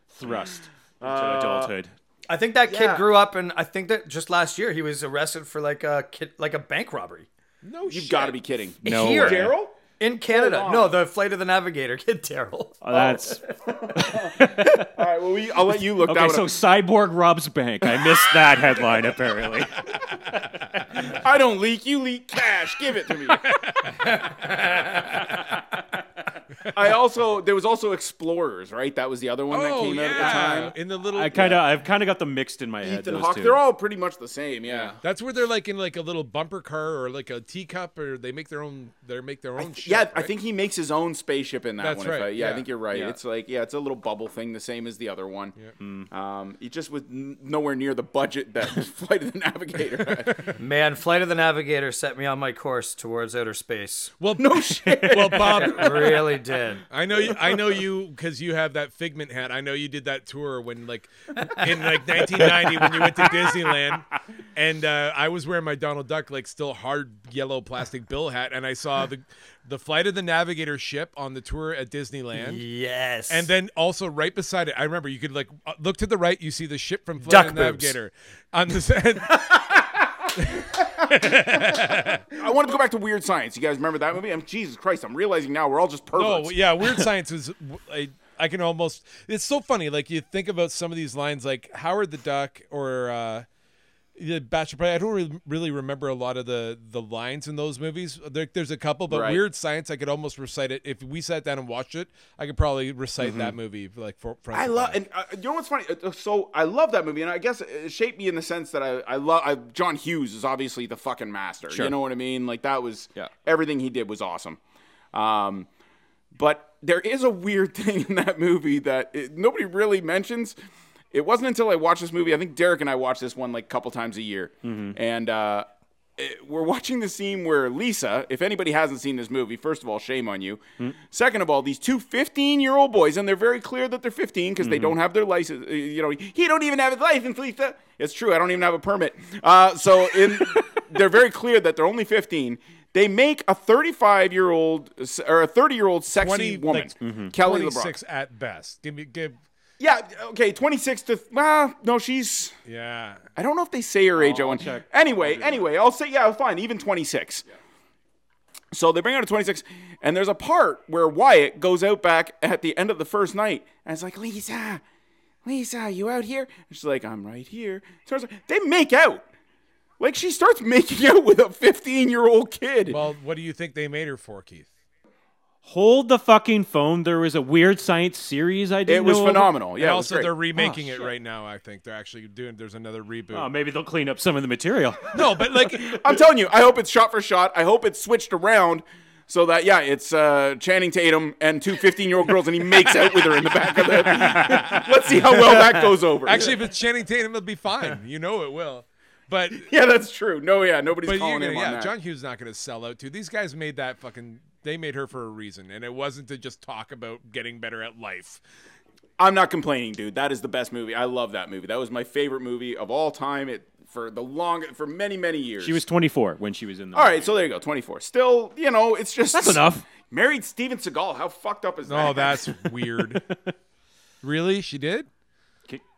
E: thrust into
B: Uh,
E: adulthood.
D: I think that kid
B: Yeah.
D: grew up, and I think that just last year he was arrested for like a kid, like a bank robbery
A: no,
B: you've got to be kidding.
E: No
D: Here.
E: way.
B: Daryl?
D: in Canada.
B: on.
D: No, the flight of the Navigator [laughs] kid Daryl.
E: Oh, that's
B: All right, well, we, I'll let you look that
E: okay.
B: one up.
E: So cyborg robs bank. I missed that
B: [laughs]
E: headline apparently.
B: I don't leak. You leak cash. Give it to [laughs] me. I also there was also Explorers, right? That was the other one that
A: Oh
B: came
A: yeah,
B: out at the time.
A: in the little.
E: I kind of, I've kind of got them mixed in my head.
B: Ethan
E: those
B: Hawke.
E: two.
B: They're all pretty much the same. Yeah.
A: That's where they're like in like a little bumper car or like a teacup, or they make their own. They make their own. shit,
B: Yeah, I
A: right?
B: think he makes his own spaceship in that
A: That's
B: one.
A: right,
B: If I, yeah,
A: yeah.
B: I think you're right.
A: Yeah.
B: It's like yeah, it's a little bubble thing, the same as the other one.
E: Hmm.
B: Um, it just was n- nowhere near the budget [laughs] that Flight of the Navigator. Had.
D: Man, flight of the Navigator set me on my course towards outer space.
A: Well, no shit.
B: [laughs]
A: Well, Bob,
D: Really
E: [laughs]
D: did.
A: I know, you, I know you, because you have that Figment hat. I know you did that tour when, like, in like 1990 when you went to Disneyland, and uh, I was wearing my Donald Duck like still hard yellow plastic bill hat, and I saw the the flight of the Navigator ship on the tour at Disneyland.
D: Yes.
A: And then also right beside it, I remember you could like uh, look to the right, you see the ship from
D: Duck
A: Flight of the
D: boobs.
A: Navigator on [laughs] the side.
B: I wanted to go back to [laughs] Weird Science. You guys remember that movie? I'm, Jesus Christ! I'm realizing now we're all just perverts.
A: oh yeah, Weird Science was w- a I can almost. It's so funny. Like you think about some of these lines, like Howard the Duck or uh, the Bachelor Party. I don't re- really remember a lot of the the lines in those movies. There, there's a couple, but
B: Right.
A: Weird Science, I could almost recite it. If we sat down and watched it, I could probably recite
B: Mm-hmm.
A: that movie like for. front
B: I
A: to
B: love,
A: back.
B: and uh, you know what's funny? Uh, So I love that movie, and I guess it shaped me in the sense that I, I love. I, John Hughes is obviously the fucking master. You know what I mean? Like that was
E: Yeah.
B: everything he did was awesome. Um, but there is a weird [laughs] thing in that movie that it, nobody really mentions. It wasn't until I watched this movie. I think Derek and I watched this one like a couple times a year, and uh, it- we're watching the scene where Lisa. If anybody hasn't seen this movie, first of all, shame on you. Second of all, these two 15-year-old boys, and they're very clear that they're 15 because they don't have their license. uh, You know, he don't even have his license, Lisa. It's true. I don't even have a permit. Uh, so in, they're very clear that they're only 15. They make a 35-year-old or a 30-year-old sex
A: 20,
B: sexy woman,
A: like,
B: Kelly LeBrock.
A: 26 at best. Give me give.
B: Yeah, okay, 26 to well, no, she's
A: Yeah.
B: I don't know if they say her age, Owen.
E: check.
B: Anyway, anyway, I'll say yeah, fine, even 26. So they bring out a 26, and there's a part where Wyatt goes out back at the end of the first night, and it's like Lisa, Lisa, you out here? And she's like, I'm right here. Turns out they make out. Like she starts making [laughs] out with a 15 year old kid.
A: Well, what do you think they made her for, Keith?
E: Hold the fucking phone. There was a weird science series I didn't
B: it was
E: know about.
B: phenomenal. Yeah,
A: and
B: it was
A: also,
B: great. Oh,
A: they're remaking it
E: shit.
A: right now. I think they're actually doing. There's another reboot.
E: Oh, maybe they'll clean up some of
B: [laughs]
E: the material.
A: no, but like
B: I'm telling you, I hope it's shot for shot. I hope it's switched around so that yeah, it's uh, Channing Tatum and two 15 year old girls, and he makes out with her in the back of the. [laughs] Let's see how well that goes over.
A: Actually, if it's Channing Tatum, it'll be
B: [laughs]
A: fine. You know it will. But
B: yeah, that's true. No, yeah, nobody's
A: but you're
B: calling
A: gonna,
B: him on
A: yeah,
B: that.
A: John Hughes not going to sell out to these guys. Made that fucking they made her for a reason, and it wasn't to just talk about getting better at life.
B: I'm not complaining, dude. That is the best movie. I love that movie. That was my favorite movie of all time. It for the long for many many years.
E: [laughs] she was 24 when she was in the.
B: All right, so there you go. 24. Still, you know, it's just
E: That's enough.
B: Married Steven Seagal. How fucked up is that?
A: Oh, [laughs] that's weird. really, she did.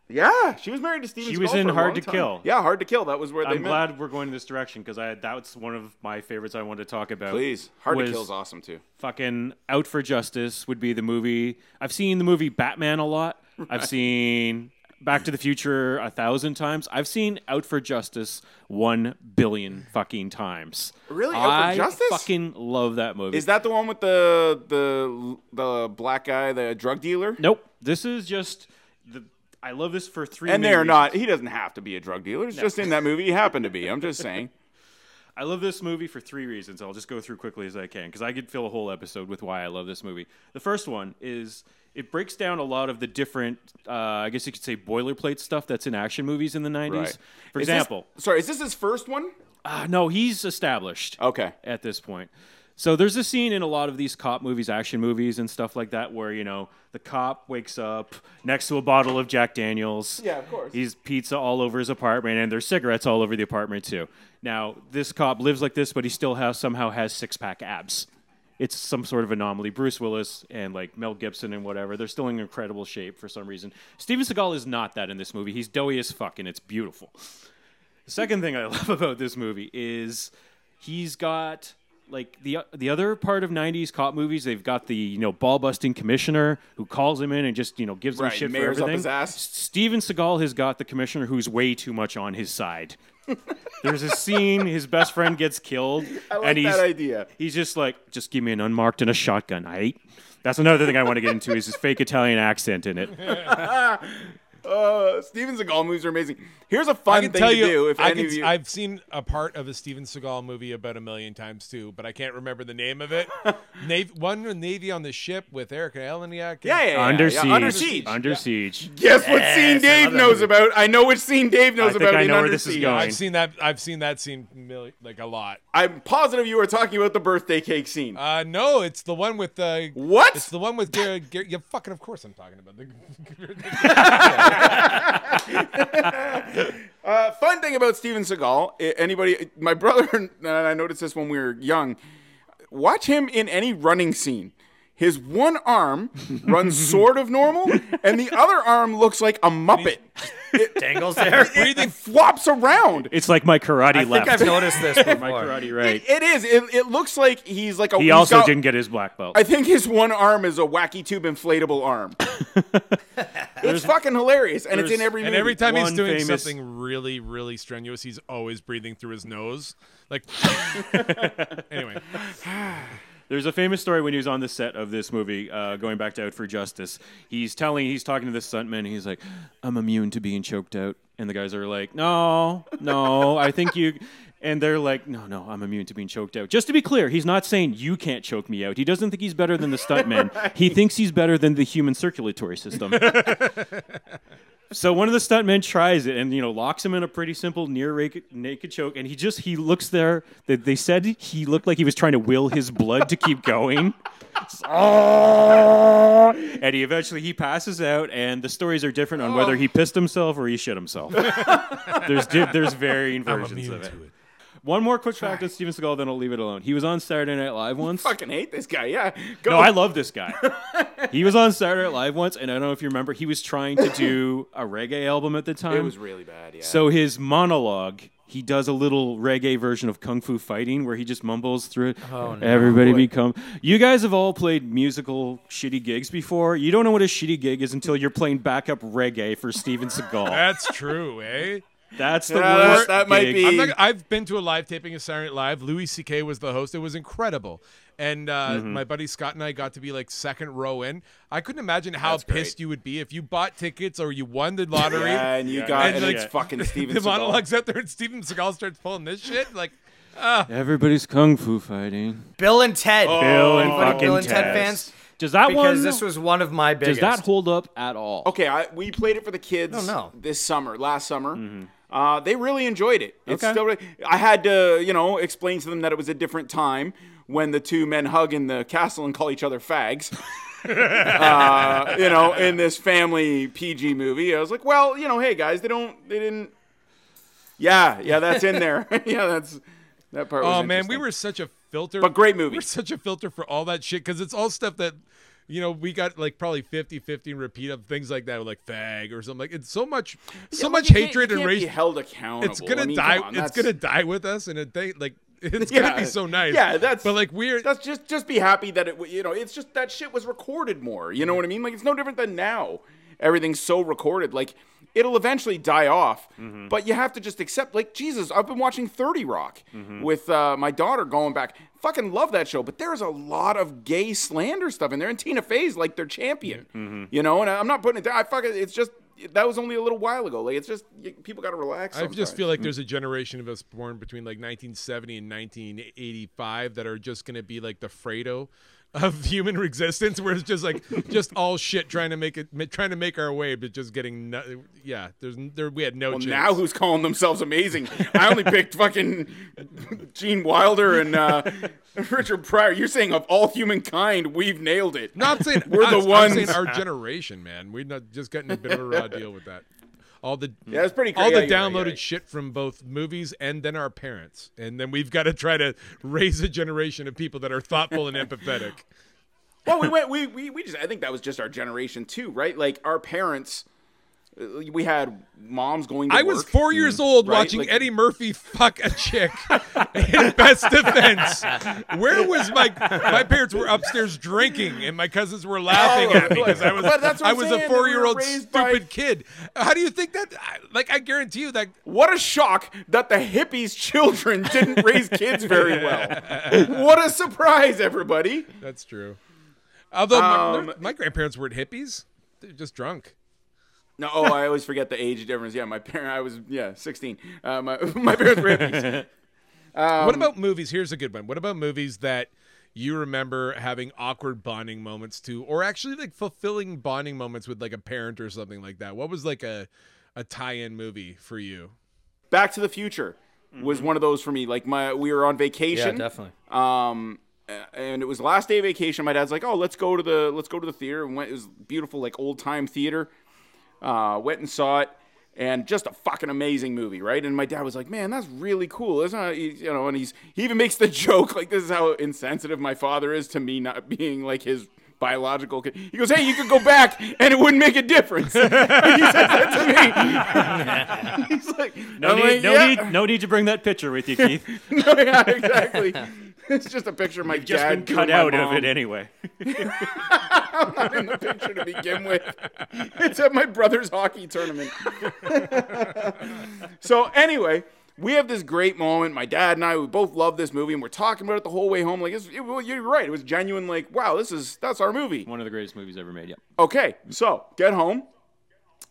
B: yeah. She was married to Steven.
E: She was
B: Seagal
E: in
B: for a
E: Hard
B: long
E: to
B: time.
E: Kill.
B: Yeah, Hard to Kill. That was where they
E: I'm
B: met.
E: glad we're going in this direction because I that's one of my favorites I wanted to talk about.
B: Please, Hard
E: was
B: to Kill's awesome too.
E: Fucking Out for Justice would be the movie. I've seen the movie Batman a lot. I've seen Back to the Future a thousand times. I've seen Out for Justice one billion fucking times.
B: Really? Out for
E: I
B: Justice?
E: fucking love that movie.
B: Is that the one with the the the black guy, the drug dealer?
E: Nope. This is just the. I love this for three.
B: and
E: main
B: they are
E: reasons.
B: not. He doesn't have to be a drug dealer. It's just in that movie he happened to be. I'm just saying.
E: I love this movie for three reasons. I'll just go through quickly as I can because I could fill a whole episode with why I love this movie. The first one is it breaks down a lot of the different, uh, I guess you could say, boilerplate stuff that's in action movies in the 90s.
B: Right.
E: For
B: Is this-
E: example,
B: sorry, is this his first one?
E: uh, no, he's established
B: Okay.
E: at this point. So there's a scene in a lot of these cop movies, action movies, and stuff like that, where you know the cop wakes up next to a bottle of Jack Daniels.
B: Yeah, of course.
E: He's pizza all over his apartment, and there's cigarettes all over the apartment too. Now this cop lives like this, but he still has somehow has six pack abs. It's some sort of anomaly. Bruce Willis and like Mel Gibson and whatever, they're still in incredible shape for some reason. Steven Seagal is not that in this movie. He's doughy as fuck, and it's beautiful. The second thing I [laughs] love about this movie is he's got like the the other part of 90s cop movies they've got the you know ball busting commissioner who calls him in and just you know gives him
B: Right,
E: shit for
B: mayor's
E: everything
B: up his ass.
E: S- steven seagal has got the commissioner who's way too much on his side there's a scene his best friend gets killed
B: [laughs] I like
E: and he's
B: that idea.
E: he's just like just give me an unmarked and a shotgun i ate that's another thing i want to get into is his fake italian accent
B: [laughs]
E: in it
B: Ah, Uh, Steven Seagal movies are amazing. Here's a fun thing to do. If
A: I
B: any
A: can,
B: of you,
A: I've seen a part of a Steven Seagal movie about a million times too, but I can't remember the name of
B: [laughs]
A: it. Navy, one with Navy on the ship with Eric Eleniak.
B: yeah, yeah, yeah,
E: under,
B: yeah,
E: siege,
B: under siege.
E: Under siege.
B: Guess what scene
D: I
B: Dave
D: love that
B: knows
D: movie.
B: about? I know which scene Dave knows
E: think
B: about.
E: I
B: in
E: know where
B: Under
E: this is
B: Siege.
E: going.
A: I've seen that. I've seen that scene mil- like a lot.
B: I'm positive you were talking about the birthday cake scene.
A: Uh, no, it's the one with the
B: What?
A: It's the one with Gary. Gar- yeah, fucking. Of course, I'm talking about the. [laughs]
B: Uh, fun thing about Steven Seagal, i- anybody, my [laughs] brother and I noticed this when we were young. Watch him in any running scene. His one
E: [laughs]
B: arm runs sort of normal, and the other arm looks like a
E: [laughs]
B: muppet.
D: Dangles there. I
B: It flops around.
E: It's like my karate
D: think
E: left.
D: I've noticed
E: [laughs]
D: this before.
E: my karate [laughs] right.
B: It is. It, it looks like he's like a.
E: He
B: he's
E: also
B: got-
E: didn't get his black belt.
B: I think his one arm is a wacky tube inflatable
E: [laughs]
B: arm. it's fucking hilarious, and it's in
E: there's-
B: every
A: And
B: movie.
A: every time he's
E: One
A: doing
E: famous-
A: something really, really strenuous, he's always breathing through his nose.
B: [laughs]
A: Like, anyway,
E: There's a famous story when he was on the set of this movie, uh, going back to Out for Justice. He's telling, he's talking to the stuntman. and He's like, "I'm immune to being choked out," and the guys are like, "No, no, I think you." [laughs] And they're like, "No, no, I'm immune to being choked out." Just to be clear, he's not saying you can't choke me out. He doesn't think he's better than the stuntman. He thinks he's better than the human circulatory system. So one of the stuntmen tries it and you know locks him in a pretty simple near naked, naked choke, and he just he looks there. They, they said he looked like he was trying to will his blood to keep going. [laughs] It's, "Ah!" and he eventually he passes out, and the stories are different on whether he pissed himself or he shit himself. there's di- there's varying versions of it. One more quick fact on Steven Seagal, then I'll leave it alone. He was on Saturday Night Live once.
B: fucking hate this guy. Yeah, go.
E: No, I love this guy. [laughs] he was on Saturday Night Live once, and I don't know if you remember, he was trying to do a reggae album at the time.
B: it was really bad. Yeah.
E: So his monologue, he does a little reggae version of Kung Fu Fighting where he just mumbles through it. Everybody become. You guys have all played musical shitty gigs before. You don't know what a shitty gig is until you're playing backup reggae for Steven [laughs] Seagal.
A: that's true, eh?
E: That's the
B: Yeah, that-
E: worst.
B: that might
E: gig.
B: be-
E: I'm
A: I'm not, I've been to a live taping of Saturday Night Live. Louis C.K. was the host. It was incredible. And uh,
B: Mm-hmm.
A: my buddy Scott and I got to be like second row in. I couldn't imagine how pissed you would be if you bought tickets or you won the lottery.
B: yeah, and you got
A: And,
B: and
A: like,
B: it's fucking
A: [laughs]
B: Steven
A: the
B: Seagal.
A: monologue's out there, and Steven Seagal starts pulling this shit. Like,
E: Everybody's Kung Fu Fighting.
D: Bill and Ted.
E: Bill and
D: Anybody
E: fucking
D: Oh, Bill and Ted
E: Tess.
D: fans.
E: Does Oh. that
D: Because
E: one?
D: this was one of my
E: does
D: biggest.
E: that hold up at all?
B: Okay, I, we played it for the kids
D: No, no.
B: this summer, last summer. Uh, they really enjoyed it. It's
E: Okay.
B: still, re- I had to, you know, explain to them that it was a different time when the two men hug in the castle and call each other
A: [laughs]
B: fags. uh, you know, in this family PG movie, I was like, well, you know, hey guys, they don't, they didn't. Yeah, yeah, that's in there. [laughs] yeah, that's that part.
A: oh
B: was
A: man, we
B: interesting.
A: were such a filter.
B: But great
A: [laughs]
B: movie.
A: We're such a filter for all that shit because it's all stuff that. You know, we got like probably 50 50 repeat of things like that, like fag or something. Like it's so much, so
B: Well,
A: much
B: you can't-
A: hatred
B: you
A: and
B: can't
A: race.
B: Be held accountable.
A: it's gonna
B: I mean,
A: die.
B: come on,
A: it's
B: that's-
A: gonna die with us in a day. Like [laughs]
B: [laughs]
A: it's gonna
B: Yeah.
A: be so nice.
B: Yeah, that's-
A: But like we're
B: That's just just be happy that it w- you know it's just that shit was recorded more. You know
A: Mm-hmm.
B: what I mean? Like it's no different than now. Everything's so recorded. Like it'll eventually die off,
A: Mm-hmm.
B: but you have to just accept. Like Jesus, I've been watching Thirty Rock
A: Mm-hmm.
B: with uh, my daughter going back. Fucking love that show, but there's a lot of gay slander stuff in there, and Tina Fey's like their champion.
A: Mm-hmm.
B: You know, and I'm not putting it down. I fucking it's just that was only a little while ago. Like it's just y people got to relax.
A: I just
B: sometimes. Mm.
A: feel like there's a generation of us born between like 1970 and 1985 that are just gonna be like the Fredo of [laughs] human existence, where it's just like just all shit trying to make it ma- trying to make our way, but just getting no, yeah. There's n- there we had no
B: Well,
A: chance.
B: now who's calling themselves amazing? I only picked fucking Gene Wilder and uh, [laughs] Richard Pryor. You're saying of all humankind, we've nailed it.
A: No, I'm saying
B: [laughs] We're
A: I'm-
B: the
A: I'm
B: ones-
A: saying our generation, man. We're not just getting a bit of a
B: [laughs]
A: raw deal with that. All the
B: Yeah, it's pretty
A: all
B: crazy.
A: the
B: Yeah, yeah, yeah,
A: downloaded
B: yeah.
A: shit from both movies and then our parents, and then we've got to try to raise a generation of people that are thoughtful and empathetic.
B: well, we went. We, we we just. I think that was just our generation too, right? Like our parents. uh, We had moms going. to
A: I was
B: work. Mm-hmm.
A: four years old
B: Right,
A: watching
B: like-
A: Eddie Murphy fuck a chick in Best Defense. Where was my my parents were upstairs drinking and my cousins were laughing
B: Oh,
A: at me because I was
B: but that's what
A: I
B: I'm
A: was
B: saying,
A: a
B: that we were
A: four year old
B: raised
A: stupid
B: by-
A: kid. How do you think that? I- Like I guarantee you that
B: What a shock that the hippies' children didn't raise kids very [laughs] well. What a surprise, everybody!
A: That's true. Although my,
B: Um,
A: they're- my grandparents weren't hippies, they're just drunk.
B: No, oh, I always forget the age difference. Yeah, my parent. I was yeah, sixteen. Uh, my [laughs] my parents were hippies.
A: what about movies? Here's a good one. What about movies that you remember having awkward bonding moments to, or actually like fulfilling bonding moments with like a parent or something like that? What was like a a tie-in movie for you?
B: Back to the Future was one of those for me. Like my, we were on
D: Mm-hmm. Yeah,
B: vacation.
D: definitely.
B: Um, a- and it was the last day of vacation. My dad's like, "Oh, let's go to the let's go to the theater." And went. It was beautiful, like old time theater. Uh, went and saw it, and just a fucking amazing movie, right? And my dad was like, "Man, that's really cool, isn't it?" He- You know, [laughs] and he's he even makes the joke like, "This is how insensitive my father is to me not being like his." biological kid. He goes, hey, you could go back and it wouldn't make a difference. [laughs] he said that
E: [laughs]
B: to me. [laughs] He's like,
E: No,
B: I'm
E: need,
B: like,
E: no,
B: "Yeah."
E: need, no need to bring that
B: [laughs]
E: picture with you, Keith.
B: No, Oh, yeah,
E: [laughs]
B: exactly. It's just a picture of my
E: Just
B: dad
E: been cut
B: doing my
E: out of
B: mom.
E: it anyway.
B: not in the picture to begin with. It's at my brother's hockey tournament. [laughs] so anyway, we have this great moment. My dad and I, we both love this movie, and we're talking about it the whole way home. Like, it's, it, well, you're right. It was genuine. Like, wow, this is that's our movie.
E: One of the greatest movies ever made. Yep.
B: Okay, so get home.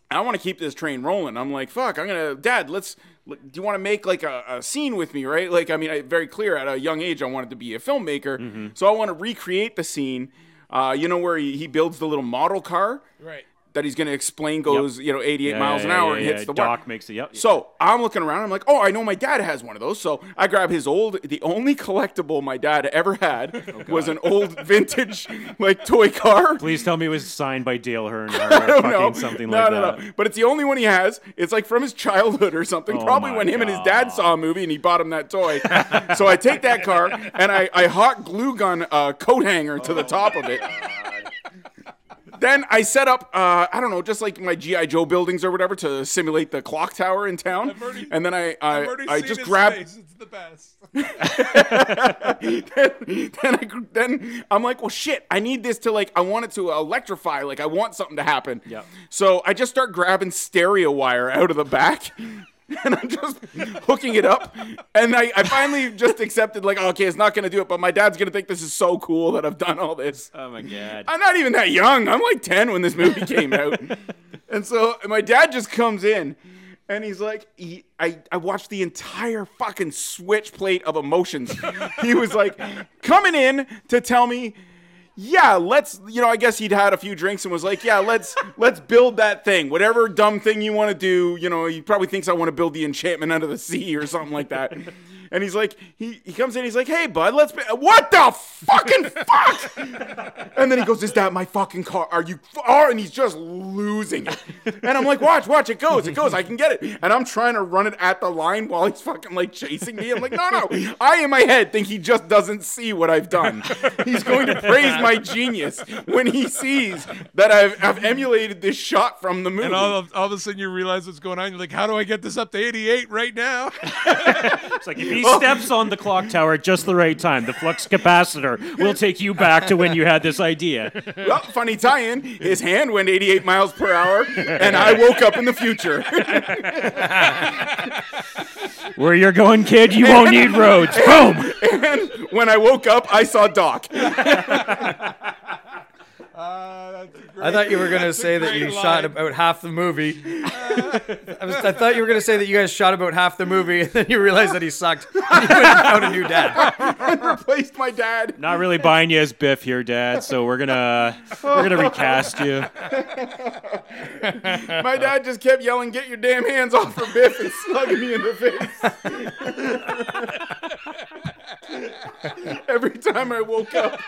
B: I want to keep this train rolling. I'm like, fuck, I'm gonna, Dad, let's. Do you want to make like a, a scene with me, right? Like, I mean, I, very clear at a young age, I wanted to be a filmmaker,
E: Mm-hmm.
B: so I want to recreate the scene. Uh, you know where he, he builds the little model car
A: Right.
B: that he's going to explain goes, you know, 88
E: Yeah,
B: miles
E: yeah,
B: an
E: yeah,
B: hour
E: yeah,
B: and
E: yeah.
B: hits the
E: Doc
B: wire.
E: makes it. Yep.
B: So I'm looking around. I'm like, oh, I know my dad has one of those. So I grab his old, the only [laughs] collectible my dad ever
E: [laughs]
B: had
E: Oh,
B: was an old vintage like toy
E: [laughs]
B: car.
E: Please tell me it was signed by
B: [laughs]
E: Dale Earnhardt
B: I
E: or
B: don't know.
E: fucking something
B: no,
E: like
B: no,
E: that.
B: no. But it's the only one he has. It's like from his childhood or something.
E: Oh
B: Probably
E: my
B: when him and his dad
E: God.
B: saw a movie and he bought him that toy. so I take that car and I, I hot glue gun a coat hanger to the
E: Oh
B: top of it. Then I set up, uh, I don't know, just like my GI Joe buildings or whatever to simulate the clock tower in town.
A: I've already-
B: and then I,
A: I've
B: I,
A: already
B: I
A: seen
B: just
A: his
B: grabbed,
A: face. It's the best.
B: then, [laughs] then, I, gr- then I'm like, well, shit, I need this to like, I want it to electrify. Like, I want something to happen.
E: Yep.
B: So I just start grabbing stereo wire out of the back. [laughs] And I'm just hooking it up. And I, I finally just accepted, like, okay, it's not going to do it, but my dad's going to think this is so cool that I've done all this.
E: Oh my god.
B: I'm not even that young. I'm like 10 when this movie came out. and so my dad just comes in and he's like, he, I, I watched the entire fucking switch plate of emotions. he was like, coming in to tell me. Yeah, let's you know, I guess he'd had a few drinks and was like, "Yeah, let's let's build that thing. Whatever dumb thing you want to do, you know, he probably thinks I want to build the enchantment under the sea or something like that." And he's like, he, he comes in, he's like, "Hey, bud, let's be, what the fucking fuck?" And then he goes, "Is that my fucking car? Are you f- are?" And he's just losing it. And I'm like, "Watch, watch, it goes, it goes, I can get it." And I'm trying to run it at the line while he's fucking like chasing me. I'm like, "No, no, I in my head think he just doesn't see what I've done. He's going to praise my genius when he sees that I've, I've emulated this shot from the movie."
A: And all of, all of a sudden you realize what's going on. You're like, how do I get this up to 88 right [laughs] now?
E: It's like if he steps on the clock tower at just the right time, the flux capacitor will take you back to when you had this idea.
B: well, funny tie-in. His hand went 88 miles per hour, and I woke up in the future. [laughs]
E: Where you're going, kid, you won't need roads. Boom.
B: and when I woke up, I saw Doc.
D: I thought you were gonna say that you
A: great
D: shot
A: line.
D: about half the movie. I, was, I thought you were gonna say that you guys shot about half the movie, and then you realized that he sucked. You went and found a new dad.
B: Replaced my dad.
E: Not really buying you as Biff here, Dad. So we're gonna we're gonna recast you.
B: My dad just kept yelling, "Get your damn hands off her, Biff!" and slugging me in the face. Every time I woke up.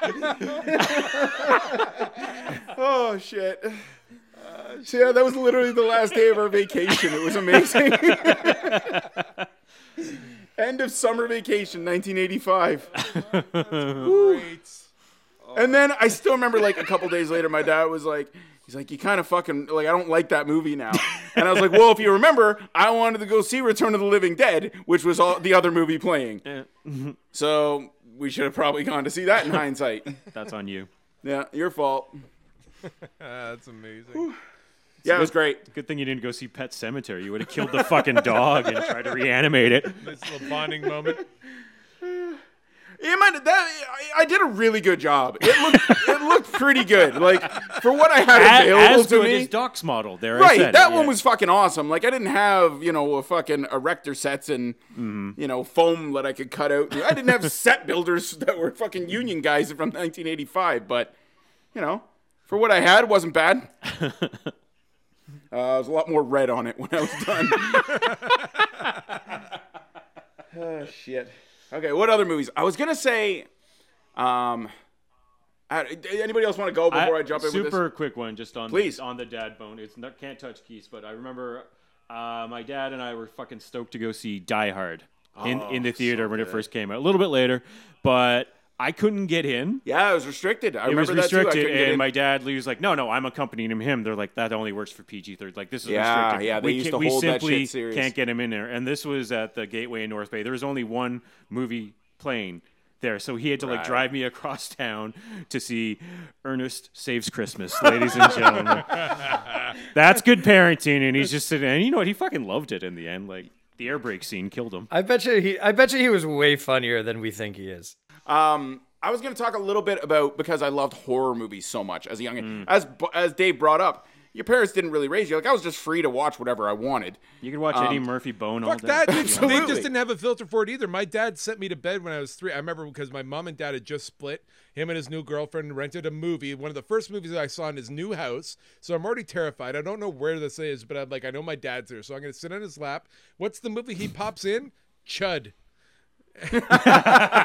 B: oh shit. Uh, so, yeah, that was literally the last day of our vacation. It was amazing. [laughs] End of summer vacation, 1985. And then I still remember like a couple days later, my dad was like, he's like, you kind of fucking like I don't like that movie now. And I was like, well, if you remember, I wanted to go see Return of the Living Dead, which was all the other movie playing. So we should have probably gone to see that in hindsight.
E: That's on you.
B: Yeah, your fault.
A: That's amazing.
B: Yeah, it was great.
E: Good thing you didn't go see Pet Cemetery. You would have killed the fucking dog and tried to reanimate it.
A: Nice little bonding moment.
B: It might that I, I did a really good job. It looked it looked pretty good. Like for what I [laughs] had available
E: As
B: to
E: good
B: me.
E: as Doc's model. There, I
B: Right,
E: said
B: that
E: it,
B: one
E: yeah.
B: was fucking awesome. Like I didn't have, you know, a fucking erector sets and
E: Mm-hmm.
B: you know foam that I could cut out. I didn't have [laughs] set builders that were fucking union guys from 1985. But you know, for what I had, it wasn't bad.
E: [laughs]
B: uh, there was a lot more red on it when I was done. oh [laughs]
E: [laughs]
B: shit. Okay, what other movies? I was gonna say, um, I, anybody else want to go before I, jump in?
E: super
B: with this?
E: quick one, just on
B: Please.
E: on the dad bone. It's not, can't touch Keith, but I remember uh, my dad and I were fucking
B: Oh,
E: stoked to go see Die Hard in in the theater when it first came out. A little bit later, but I couldn't get in.
B: Yeah, it was restricted. I
E: It was
B: remember that too. I
E: restricted,
B: couldn't get
E: and
B: in.
E: my dad he was like, "No, no, I'm accompanying him." They're like, "That only works for PG 13 Like this is
B: Yeah,
E: restricted.
B: yeah, they
E: we
B: used
E: can't-
B: to
E: we
B: hold that shit
E: simply
B: serious.
E: can't get him in there." And this was at the Gateway in North Bay. There was only one movie playing there, so he had to like
B: Right.
E: drive me across [laughs] town to see Ernest Saves Christmas, ladies
B: [laughs]
E: and gentlemen. That's good parenting, and he's just sitting. And you know what? He fucking loved it in the end. Like the air brake scene killed him.
D: I bet you he. I bet you he was way funnier than we think he is.
B: Um, I was going to talk a little bit about because I loved horror movies so much as a young
D: Mm.
B: as as Dave brought up. Your parents didn't really raise you. Like I was just free to watch whatever I wanted.
E: You could watch
B: Um,
E: Eddie Murphy bone all
A: Fuck
E: day. [laughs]
A: that. They, they
B: Absolutely.
A: just didn't have a filter for it either. My dad sent me to bed when I was three. I remember because my mom and dad had just split. Him and his new girlfriend rented a movie, one of the first movies I saw in his new house. So I'm already terrified. I don't know where this is, but I'm like, I know my dad's there. So I'm going to sit on his lap. What's the movie he pops in? Chud.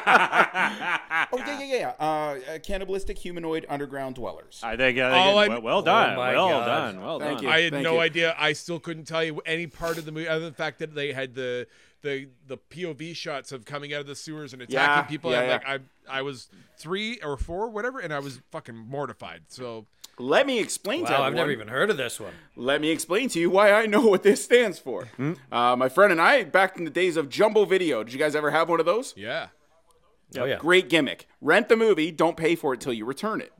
B: Oh yeah, yeah, yeah. Uh, cannibalistic humanoid underground dwellers.
E: I think, I
A: All I- Oh
E: think well, well done.
D: my
E: well
D: God.
E: done. Well
B: Thank
E: done.
B: you.
A: I had
B: Thank
A: no
B: you.
A: idea. I still couldn't tell you any part of the movie other than the fact that they had the the the POV shots of coming out of the sewers and attacking
B: Yeah,
A: people.
B: yeah,
A: and
B: yeah.
A: like I I was three or four, whatever, and I was fucking mortified. So
B: Let me explain to
D: Wow,
B: everyone.
D: I've never even Mm. heard of this one.
B: Let me explain to you why I know what this stands for. Uh, my friend and I, back in the days of Jumbo Video, did you guys ever have one of those?
A: yeah.
D: Oh yeah.
B: Great gimmick. Rent the movie, don't pay for it till you return it.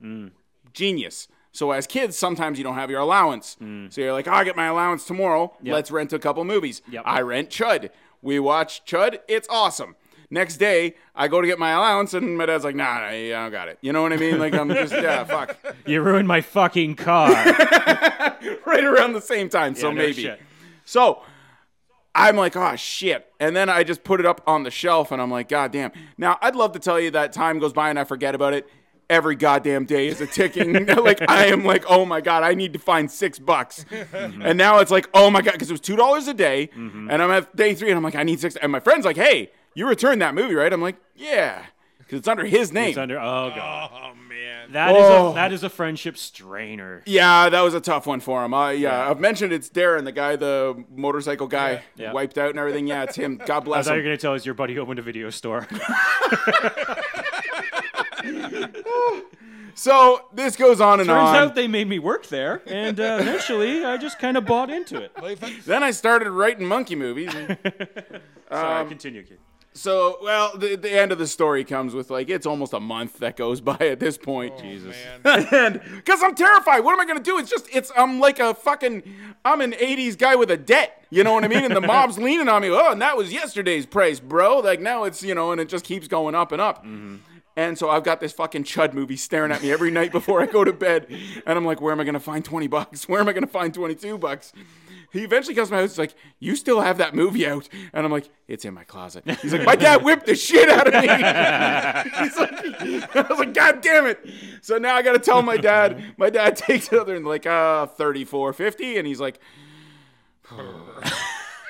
B: Genius. So as kids, sometimes you don't have your allowance. So you're like, "Oh, I get my allowance tomorrow. Let's rent a couple movies. I rent Chud. We watch Chud. It's awesome. Next day, I go to get my allowance, and my dad's like, "Nah, nah I don't got it." You know what I mean? Like I'm just yeah, fuck.
E: [laughs] You ruined my fucking [laughs] car.
B: [laughs] Right around the same time, so
E: no
B: maybe.
E: shit.
B: So I'm like, oh shit. And then I just put it up on the shelf and I'm like, God damn. Now I'd love to tell you that time goes by and I forget about it. Every goddamn day is a
E: [laughs]
B: ticking. [laughs] like I am like, oh my god, I need to find six bucks.
E: Mm-hmm.
B: And now it's like, oh my god, because it was two dollars a day, and I'm at day three, and I'm like, I need six. And my friend's like, hey, you returned that movie, right? I'm like, yeah, because it's under his name.
E: It's under. Oh god.
A: Oh man.
E: That is
B: Oh.
E: a that is a friendship strainer.
B: Yeah, that was a tough one for him. I yeah, I've mentioned it's Darren, the guy, the motorcycle guy,
E: Yeah.
B: wiped out and everything. Yeah, it's
E: [laughs]
B: him. God
E: I
B: bless
E: thought you were
B: him.
E: gonna tell us your buddy opened a video [laughs] store.
B: So this goes on and
E: Turns
B: on.
E: out they made me work there, and uh, eventually I just kind of bought into it.
A: Like, fuck-
B: then I started writing monkey
E: [laughs]
B: movies. and
E: Sorry, continue. Kid.
B: so, well, the, the end of the story comes with like it's almost a month that goes by at this
E: Oh,
B: point. Jesus, [laughs] because I'm terrified. What am I gonna do? It's just it's I'm like a fucking I'm an '80s guy with a debt. You know what I mean?
E: [laughs]
B: And the mob's leaning on me. Oh, and that was yesterday's price, bro. Like now it's you know, and it just keeps going up and up. And so I've got this fucking chud movie staring at me every night before I go to bed, and I'm like, where am I gonna find 20 bucks? Where am I gonna find 22 bucks? He eventually comes to my house. He's like, "You still have that movie out?" And I'm like, "It's in my closet." He's like, "My dad whipped the shit out of me." [laughs] He's like, I was like, God damn it. So now I got to tell my dad. My dad [laughs] takes it other and like, uh, 34, 50. And he's like,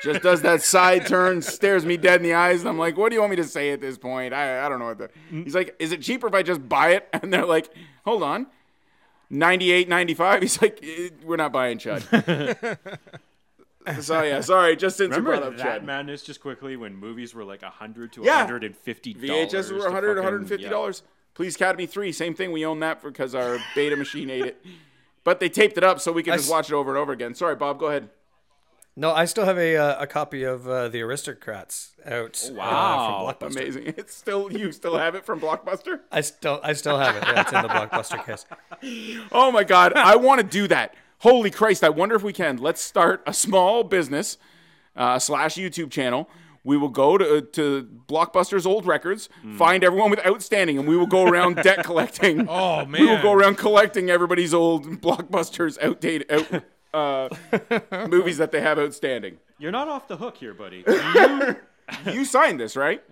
B: just does that side turn, stares me dead in the eyes. And I'm like, what do you want me to say at this point? I, I don't know what the. He's like, is it cheaper if I just buy it? [laughs] And they're like, hold on. 98, 95. [laughs] He's like, "Eh, we're not buying Chud. [laughs] so yeah, sorry. Just since you
E: Remember
B: brought up
E: that
B: Chud.
E: madness just quickly when movies were like hundred to
B: Yeah.
E: hundred and fifty dollars.
B: VHS were 100 150 dollars. Police Academy 3, same thing. We own that because our beta machine ate it. But they taped it up so we could
D: I
B: just
D: s-
B: watch it over and over again. Sorry, Bob, go ahead.
D: No, I still have a uh, a copy of uh, the Aristocrats
B: Oh,
D: out.
E: wow.
D: Uh, from Blockbuster.
B: Amazing. [laughs] It's still you still have it from Blockbuster?
D: I still I still have it. Yeah, it's in the Blockbuster case.
B: Oh
A: [laughs]
B: my god, I want to do that. Holy Christ, I wonder if we can. Let's start a small business uh, slash YouTube channel. We will go to, uh, to Blockbuster's old records,
A: Hmm.
B: find everyone with outstanding, and we will go around
A: [laughs]
B: debt collecting.
A: Oh man.
B: We will go around collecting everybody's old blockbusters, outdated
A: [laughs]
B: out, uh, movies that they have outstanding.
E: You're not off the hook here, buddy. [laughs]
B: You signed this, right?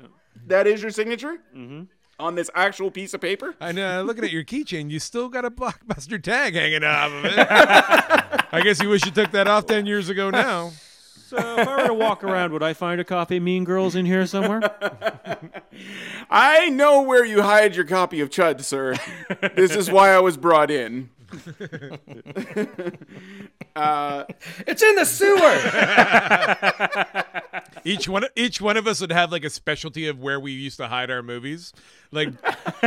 B: That is your signature mm-hmm. on this actual piece of paper.
A: And uh, looking at your keychain, you still got a blockbuster tag hanging off of [laughs] it. I guess you wish you took that off ten years ago. Now,
E: so if I were to walk around, would I find a copy of Mean Girls in here somewhere?
B: I know where you hide your copy of Chud,
A: [laughs]
B: sir. this is why I was brought in.
D: It's in the sewer.
A: Each one, each one of us would have like a specialty of where we used to hide our movies. Like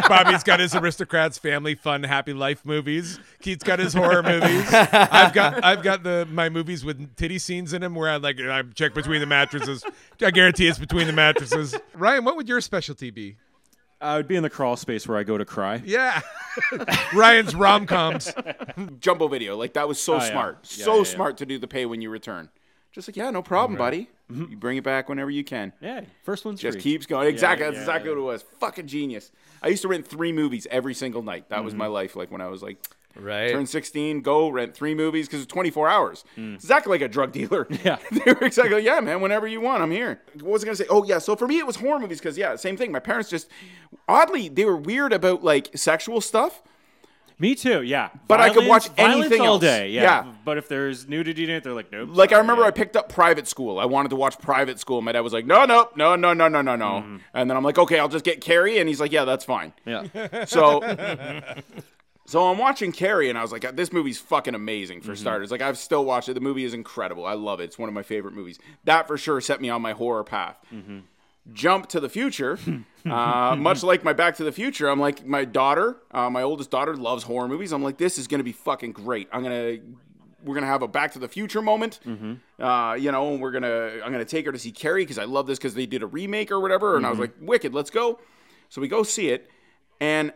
A: Bobby's got his aristocrats, family, fun, happy life movies. Keith's got his horror movies. I've got, I've got the my movies with titty scenes in them where I like I check between the mattresses. I guarantee it's between the mattresses. Ryan, what would your specialty be?
E: [laughs] I would be in the crawl space where I go to cry.
B: [laughs]
A: Yeah, Ryan's rom [laughs] coms.
B: Jumbo video. Like that was so
E: Oh, yeah.
B: smart.
E: Yeah,
B: so
E: yeah, yeah.
B: smart to do the pay when you return. Just like, yeah, no problem, buddy. You bring it back whenever you can.
E: Mm-hmm. Yeah, first one's
B: Just
E: free.
B: keeps going. Exactly. that's
E: yeah,
B: exactly
E: yeah.
B: what it was. Fucking genius. I used to rent three movies every single night. That was my
E: Mm-hmm.
B: life. Like when I was like
D: Right.
B: turn 16, go rent three movies because it's 24 hours. Exactly like a drug dealer.
E: Mm. [laughs] Yeah.
B: [laughs] they were exactly, yeah, man, whenever you want, I'm here. What was I going to say? Oh, yeah. So for me, it was horror movies because, yeah, same thing. My parents just, oddly, they were weird about like sexual stuff.
E: Me too. Yeah,
B: But I could watch
E: violence
B: anything
E: all
B: else.
E: day.
B: Yeah.
E: but if there's nudity in it, they're like, nope.
B: Like I
E: sorry,
B: remember
E: yeah.
B: I picked up private school. I wanted to watch private school. My dad was like, no, no, no, no, no, no, no, no. And then I'm like, okay, I'll just get Carrie. And he's like, yeah, that's fine.
E: Yeah,
B: So, so I'm watching Carrie, and I was like, "This movie's fucking amazing." For starters, like I've still watched it. The movie is incredible. I love it. It's one of my favorite movies. That for sure set me on my horror path. Jump to the future, uh, much like my Back to the Future. I'm like my daughter, uh, my oldest daughter, loves horror movies. I'm like, this is gonna be fucking great. I'm gonna. We're gonna have a Back to the Future moment, uh, you know, and we're gonna. I'm gonna take her to see Carrie because I love this because they did a remake or whatever, and I was like, "Wicked, let's go." So we go see it, and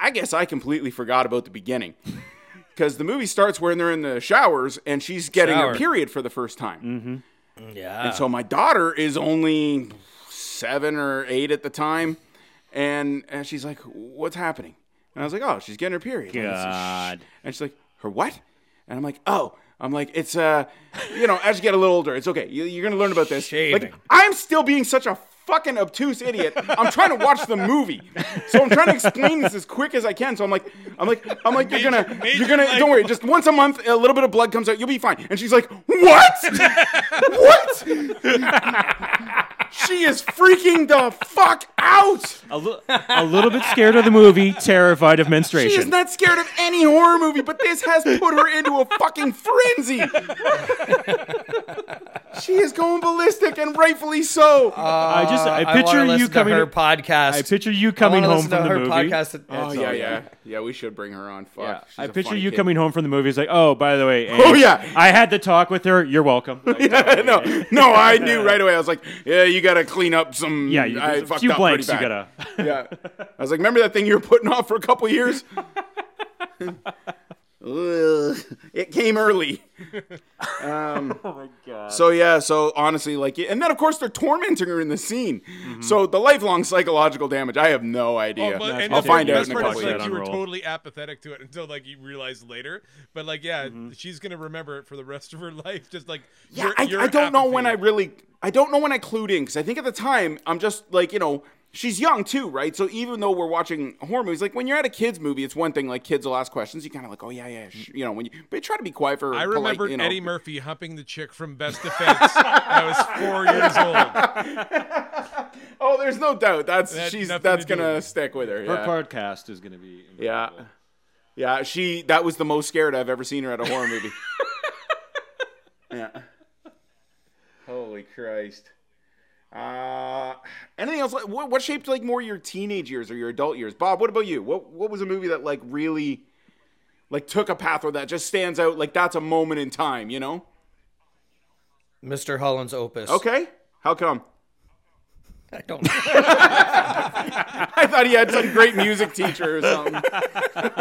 B: I guess I completely forgot about the beginning. Because the movie starts when they're in the showers and she's getting
D: Shower.
B: her period for the first time.
D: Yeah.
B: So my daughter is only seven or eight at the time. And, and she's like, What's happening? And I was like, Oh, she's getting her [laughs] period. And, it's-
E: [laughs] God.
B: and she's like, Her what? And I'm like, Oh, I'm like, It's, uh, you know, as you get a little older, it's okay. You, you're going to learn about this. Like,
D: Shaving.
B: I'm still being such a fucking obtuse idiot. I'm trying to watch the movie, so I'm trying to explain this as quick as I can. So I'm like, I'm like, I'm like, you're gonna, you're gonna, don't worry. Just once a month, a little bit of blood comes out, you'll be fine. And she's like, what? what? she is freaking the fuck out.
E: a, li- a little bit scared of the movie, terrified of menstruation.
B: She is not scared of any horror movie, but this has put her into a fucking [laughs] frenzy. she is going ballistic, and rightfully so.
E: I just I
D: Uh, wanna
E: picture
D: listen
E: you coming.
D: to her podcast.
E: I picture you coming
D: wanna
E: home
D: listen to
E: from the
D: her
E: movie.
D: podcast.
B: Oh
D: It's uh,
B: yeah,
D: all-
B: yeah, yeah. We should bring her on. Fuck.
E: Yeah.
B: she's
E: I
B: a
E: picture
B: funny
E: you
B: kid. [laughs]
E: coming home from the movies like, oh, by the way,
B: Oh,
E: Ange,
B: yeah.
E: I had to talk with her.
B: [laughs]
E: You're welcome. Like,
B: no, no, I knew right away. I was like, yeah, you gotta clean up some.
E: yeah, you,
B: I
E: there's a
B: fucked
E: few
B: up
E: blanks. You
B: pretty
E: gotta.
B: bad. [laughs] Yeah, I was like, remember that thing you were putting off for a couple
E: [laughs]
B: years? [laughs] Ugh, it came early.
E: Oh
B: So yeah, so honestly, like, and then of course they're tormenting her in the scene. So the lifelong psychological damage, I have no idea.
A: Well,
E: That's
A: Oh, and
B: I'll
A: the
B: find out
A: best
B: in a
A: part is,
B: couple
E: of
B: years.
A: like, you were
E: years.
A: totally apathetic to it until like you realized later. But like, yeah, she's gonna remember it for the rest of her life. Just like,
B: Yeah,
A: your-
B: I,
A: your
B: I don't know when I
A: apathy.
B: really, I don't know when I clued in because I think at the time I'm just like you know she's young too, right? So even though we're watching horror movies, like when you're at a kids movie, it's one thing. Like kids will ask questions, you kind of like, oh yeah, yeah, sh-, you know, when you but you try to be quiet for.
A: I
B: polite,
A: remembered
B: you know.
A: Eddie Murphy humping the chick from Best Defense. I was four
B: [laughs]
A: years old.
B: Oh, there's no doubt that's
A: That had
B: she's
A: nothing
B: that's
A: to do
B: gonna
A: with it.
B: stick with her.
E: Her
B: Yeah.
E: podcast is gonna be.
B: yeah. Yeah, she that was the most scared I've ever seen her at a horror movie. [laughs] yeah. Holy Christ. Uh, anything else? Like, what, what shaped like more your teenage years or your adult years? Bob, what about you? What what was a movie that like really like took a path or that just stands out like that's a moment in time, you know?
D: Mr. Holland's opus.
B: Okay. How come?
D: I don't know.
B: [laughs] I thought he had some great music teacher or something.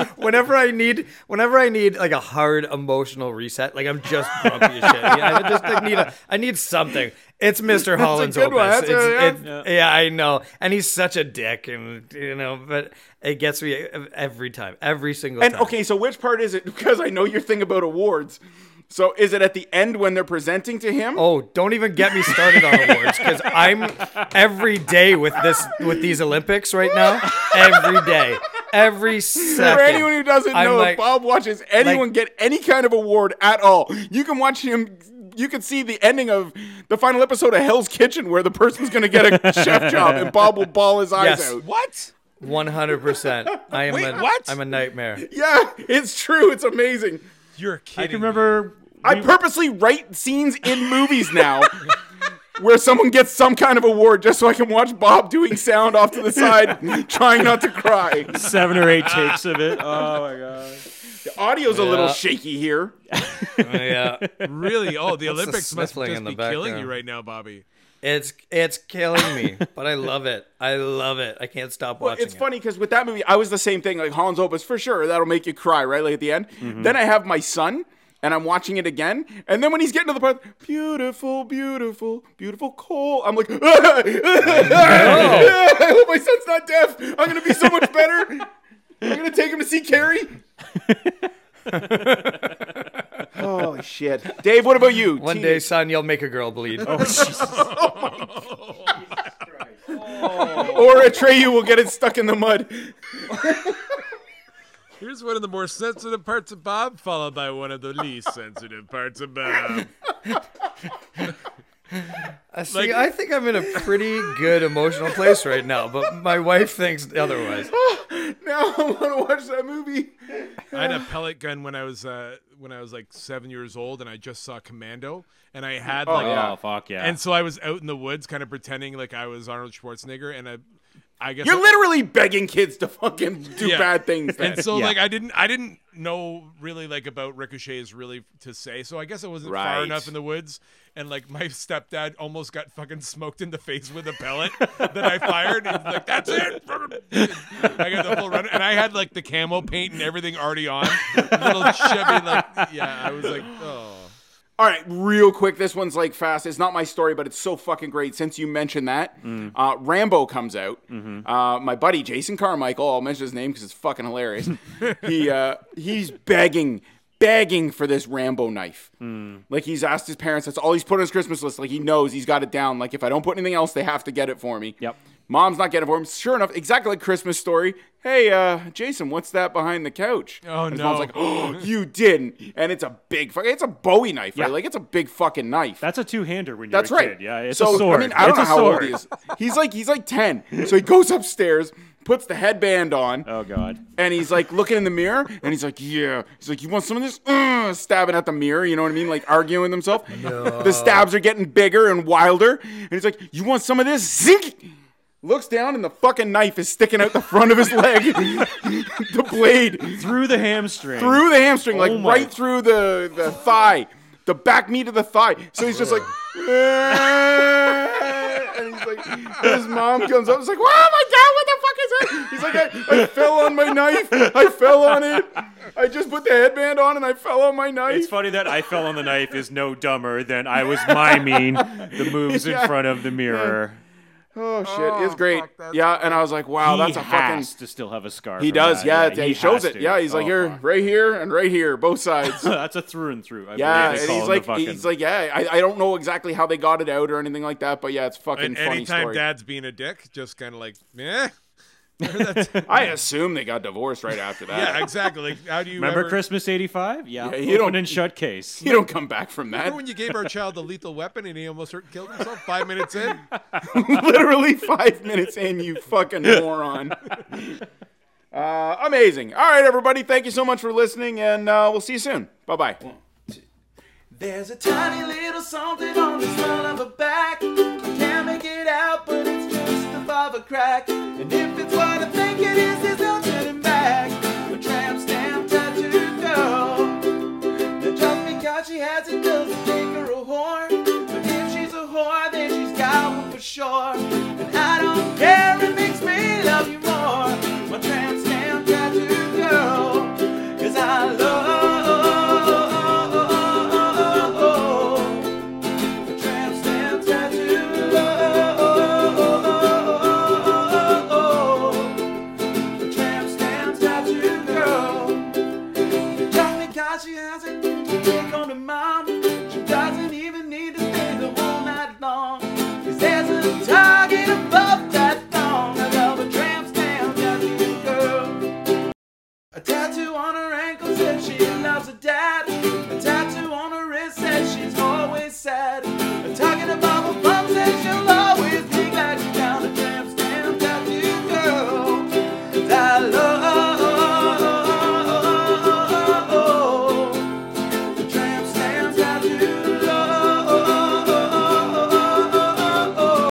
D: [laughs] whenever I need, whenever I need like a hard emotional reset, like I'm just grumpy as shit. Yeah, I just like, need a, I need something. It's Mr. Holland's
B: good
D: opus.
B: one. That's
D: It's-
B: a- yeah.
D: it's- yeah. I know, and he's such a dick, and you know, but it gets me every time, every single
B: And
D: time.
B: okay, so which part is it? [laughs] Because I know your thing about awards. So is it at the end when they're presenting to him?
D: Oh, don't even get me started on awards because I'm every day with this with these Olympics right now. Every day, every second.
B: For anyone who doesn't
D: I'm
B: know,
D: like-
B: if Bob watches anyone
D: like-
B: get any kind of award at all, you can watch him. You can see the ending of the final episode of Hell's Kitchen where the person's going to get a
D: [laughs]
B: chef job and Bob will ball his eyes
D: Yes.
B: out.
A: What?
D: One hundred percent. I am.
A: Wait,
D: a,
A: what?
D: I'm
B: [laughs]
D: a nightmare.
B: Yeah, it's true. It's amazing.
A: You're kidding.
E: I can remember.
B: I purposely write scenes in movies now where someone gets some kind of award just so I can watch Bob doing sound off to the side, trying not to cry.
E: Seven or eight takes of it. Oh my god.
B: The audio's a little shaky here.
D: yeah,
A: Really? Oh,
B: [laughs]
A: the Olympics must
D: sniffling
A: just
D: in the
A: be killing
D: background?
A: you right now, Bobby.
D: it's it's killing me, but I love it. I love it. I can't stop
B: Well,
D: watching.
B: it's
D: it.
B: funny because with that movie, I was the same thing. Like Hans Opus, for sure, that'll make you cry right like at the end.
D: Mm-hmm.
B: Then I have my son, and I'm watching it again. And then when he's getting to the part, beautiful, beautiful, beautiful coal, I'm like, [laughs] I hope [laughs] my son's not deaf. I'm gonna be so much better. I'm gonna take him to see
D: [laughs]
B: Carrie. Holy shit, Dave! What about you?
D: One day, son, you'll make a girl bleed.
B: Oh, [laughs] Teenage- or Atreyu will get it stuck in the mud. [laughs]
A: Here's one of the more sensitive parts of Bob, followed by one of the least sensitive parts of Bob.
D: Uh, See, I think I'm in a pretty good emotional place right now, but my wife thinks otherwise.
B: Now I want to watch that movie.
A: I had a pellet gun when I was uh, when I was like seven years old, and I just saw Commando, and I had like,
E: Oh fuck yeah.
A: and so I was out in the woods, kind of pretending like I was Arnold Schwarzenegger, and I, I guess
B: You're
A: I-
B: literally begging kids to fucking do
A: Yeah.
B: bad things. Then.
A: and so
E: Yeah.
A: like I didn't I didn't know really like about ricochets really to say so I guess I wasn't
B: Right.
A: far enough in the woods and like my stepdad almost got fucking smoked in the face with a pellet that I fired and he's like that's it I got the full run and I had like the camo paint and everything already on little Chevy like yeah I was like oh
B: All right, real quick. This one's like fast. It's not my story, but it's so fucking great. Since you mentioned that,
A: Mm.
B: uh, Rambo comes out.
A: Mm-hmm.
B: Uh, my buddy Jason Carmichael. I'll mention his name because it's
A: [laughs]
B: fucking hilarious. he uh, he's begging, begging for this Rambo knife.
A: Mm.
B: Like he's asked his parents. That's all he's put on his Christmas list. Like he knows he's got it down. Like if I don't put anything else, they have to get it for me.
E: Yep.
B: Mom's not getting it for him. Sure enough, exactly like Christmas story. Hey, uh, Jason, what's that behind the couch?
A: Oh,
B: And his
A: no.
B: Mom's like, oh, [gasps] you didn't. And it's a big fucking. It's a Bowie knife, right?
E: Yeah.
B: Like it's a big fucking knife.
E: That's a two-hander when you're
B: That's
E: a
B: right.
E: kid. Yeah, it's
B: so,
E: a sword.
B: I mean, I don't
E: it's
B: know
E: a
B: how
E: sword.
B: old he is. He's like he's like ten. So he goes upstairs, puts the headband on,
E: Oh god.
B: and he's like looking in the mirror, and he's like, yeah. He's like, you want some of this? Uh, stabbing at the mirror, you know what I mean? Like arguing with himself. The stabs are getting bigger and wilder, and he's like, you want some of this? Zink. Looks down, and the fucking knife is sticking out the front of his leg. [laughs] the blade
E: Through the hamstring.
B: through the hamstring, like
E: my-
B: right through the, the thigh, the back meat of the thigh. So he's just like, "Eh," and he's like, his mom comes up, and is like, oh my god, what the fuck is that? He's like, I, I fell on my knife, I fell on it, I just put the headband on and I fell on my
E: It's
B: knife.
E: funny that I fell on the knife is no dumber than I was miming the moves in front of the mirror.
B: Oh shit, it's great. yeah, and I was like, wow, that's
E: he
B: a fucking.
E: has to still have a scar.
B: He
E: from
B: does,
E: that.
B: yeah. He, shows
E: has
B: it.
E: to.
B: Yeah, he's
E: Oh,
B: like here,
E: fuck.
B: right here, and right here, both [laughs] sides.
E: [laughs] That's a through and through. I
B: Yeah,
E: believe
B: and
E: they
B: he's
E: call it in
B: like,
E: the fucking-
B: he's like, yeah, I, I don't know exactly how they got it out or anything like that, but yeah, it's fucking
A: and
B: funny
A: anytime
B: story.
A: dad's being a dick just kind of like eh.
B: I assume they got divorced right after
A: [laughs]
B: that.
A: yeah exactly like how do you
E: Remember
A: ever-
E: Christmas '85? Yeah,
B: Yeah, you
E: open
B: don't-
E: and shut case.
B: You don't come back from that.
A: Remember when you gave our child the lethal weapon and he almost hurt, killed himself five minutes in?
B: [laughs] Literally five minutes in, you
A: [laughs]
B: fucking moron. Uh, amazing. All right, everybody, thank you so much for listening, and uh, we'll see you soon. Bye bye.
C: There's a tiny little something on the front of her back. I can't make it out, but it's just above a crack. And if it's what I think it is, it's Oh,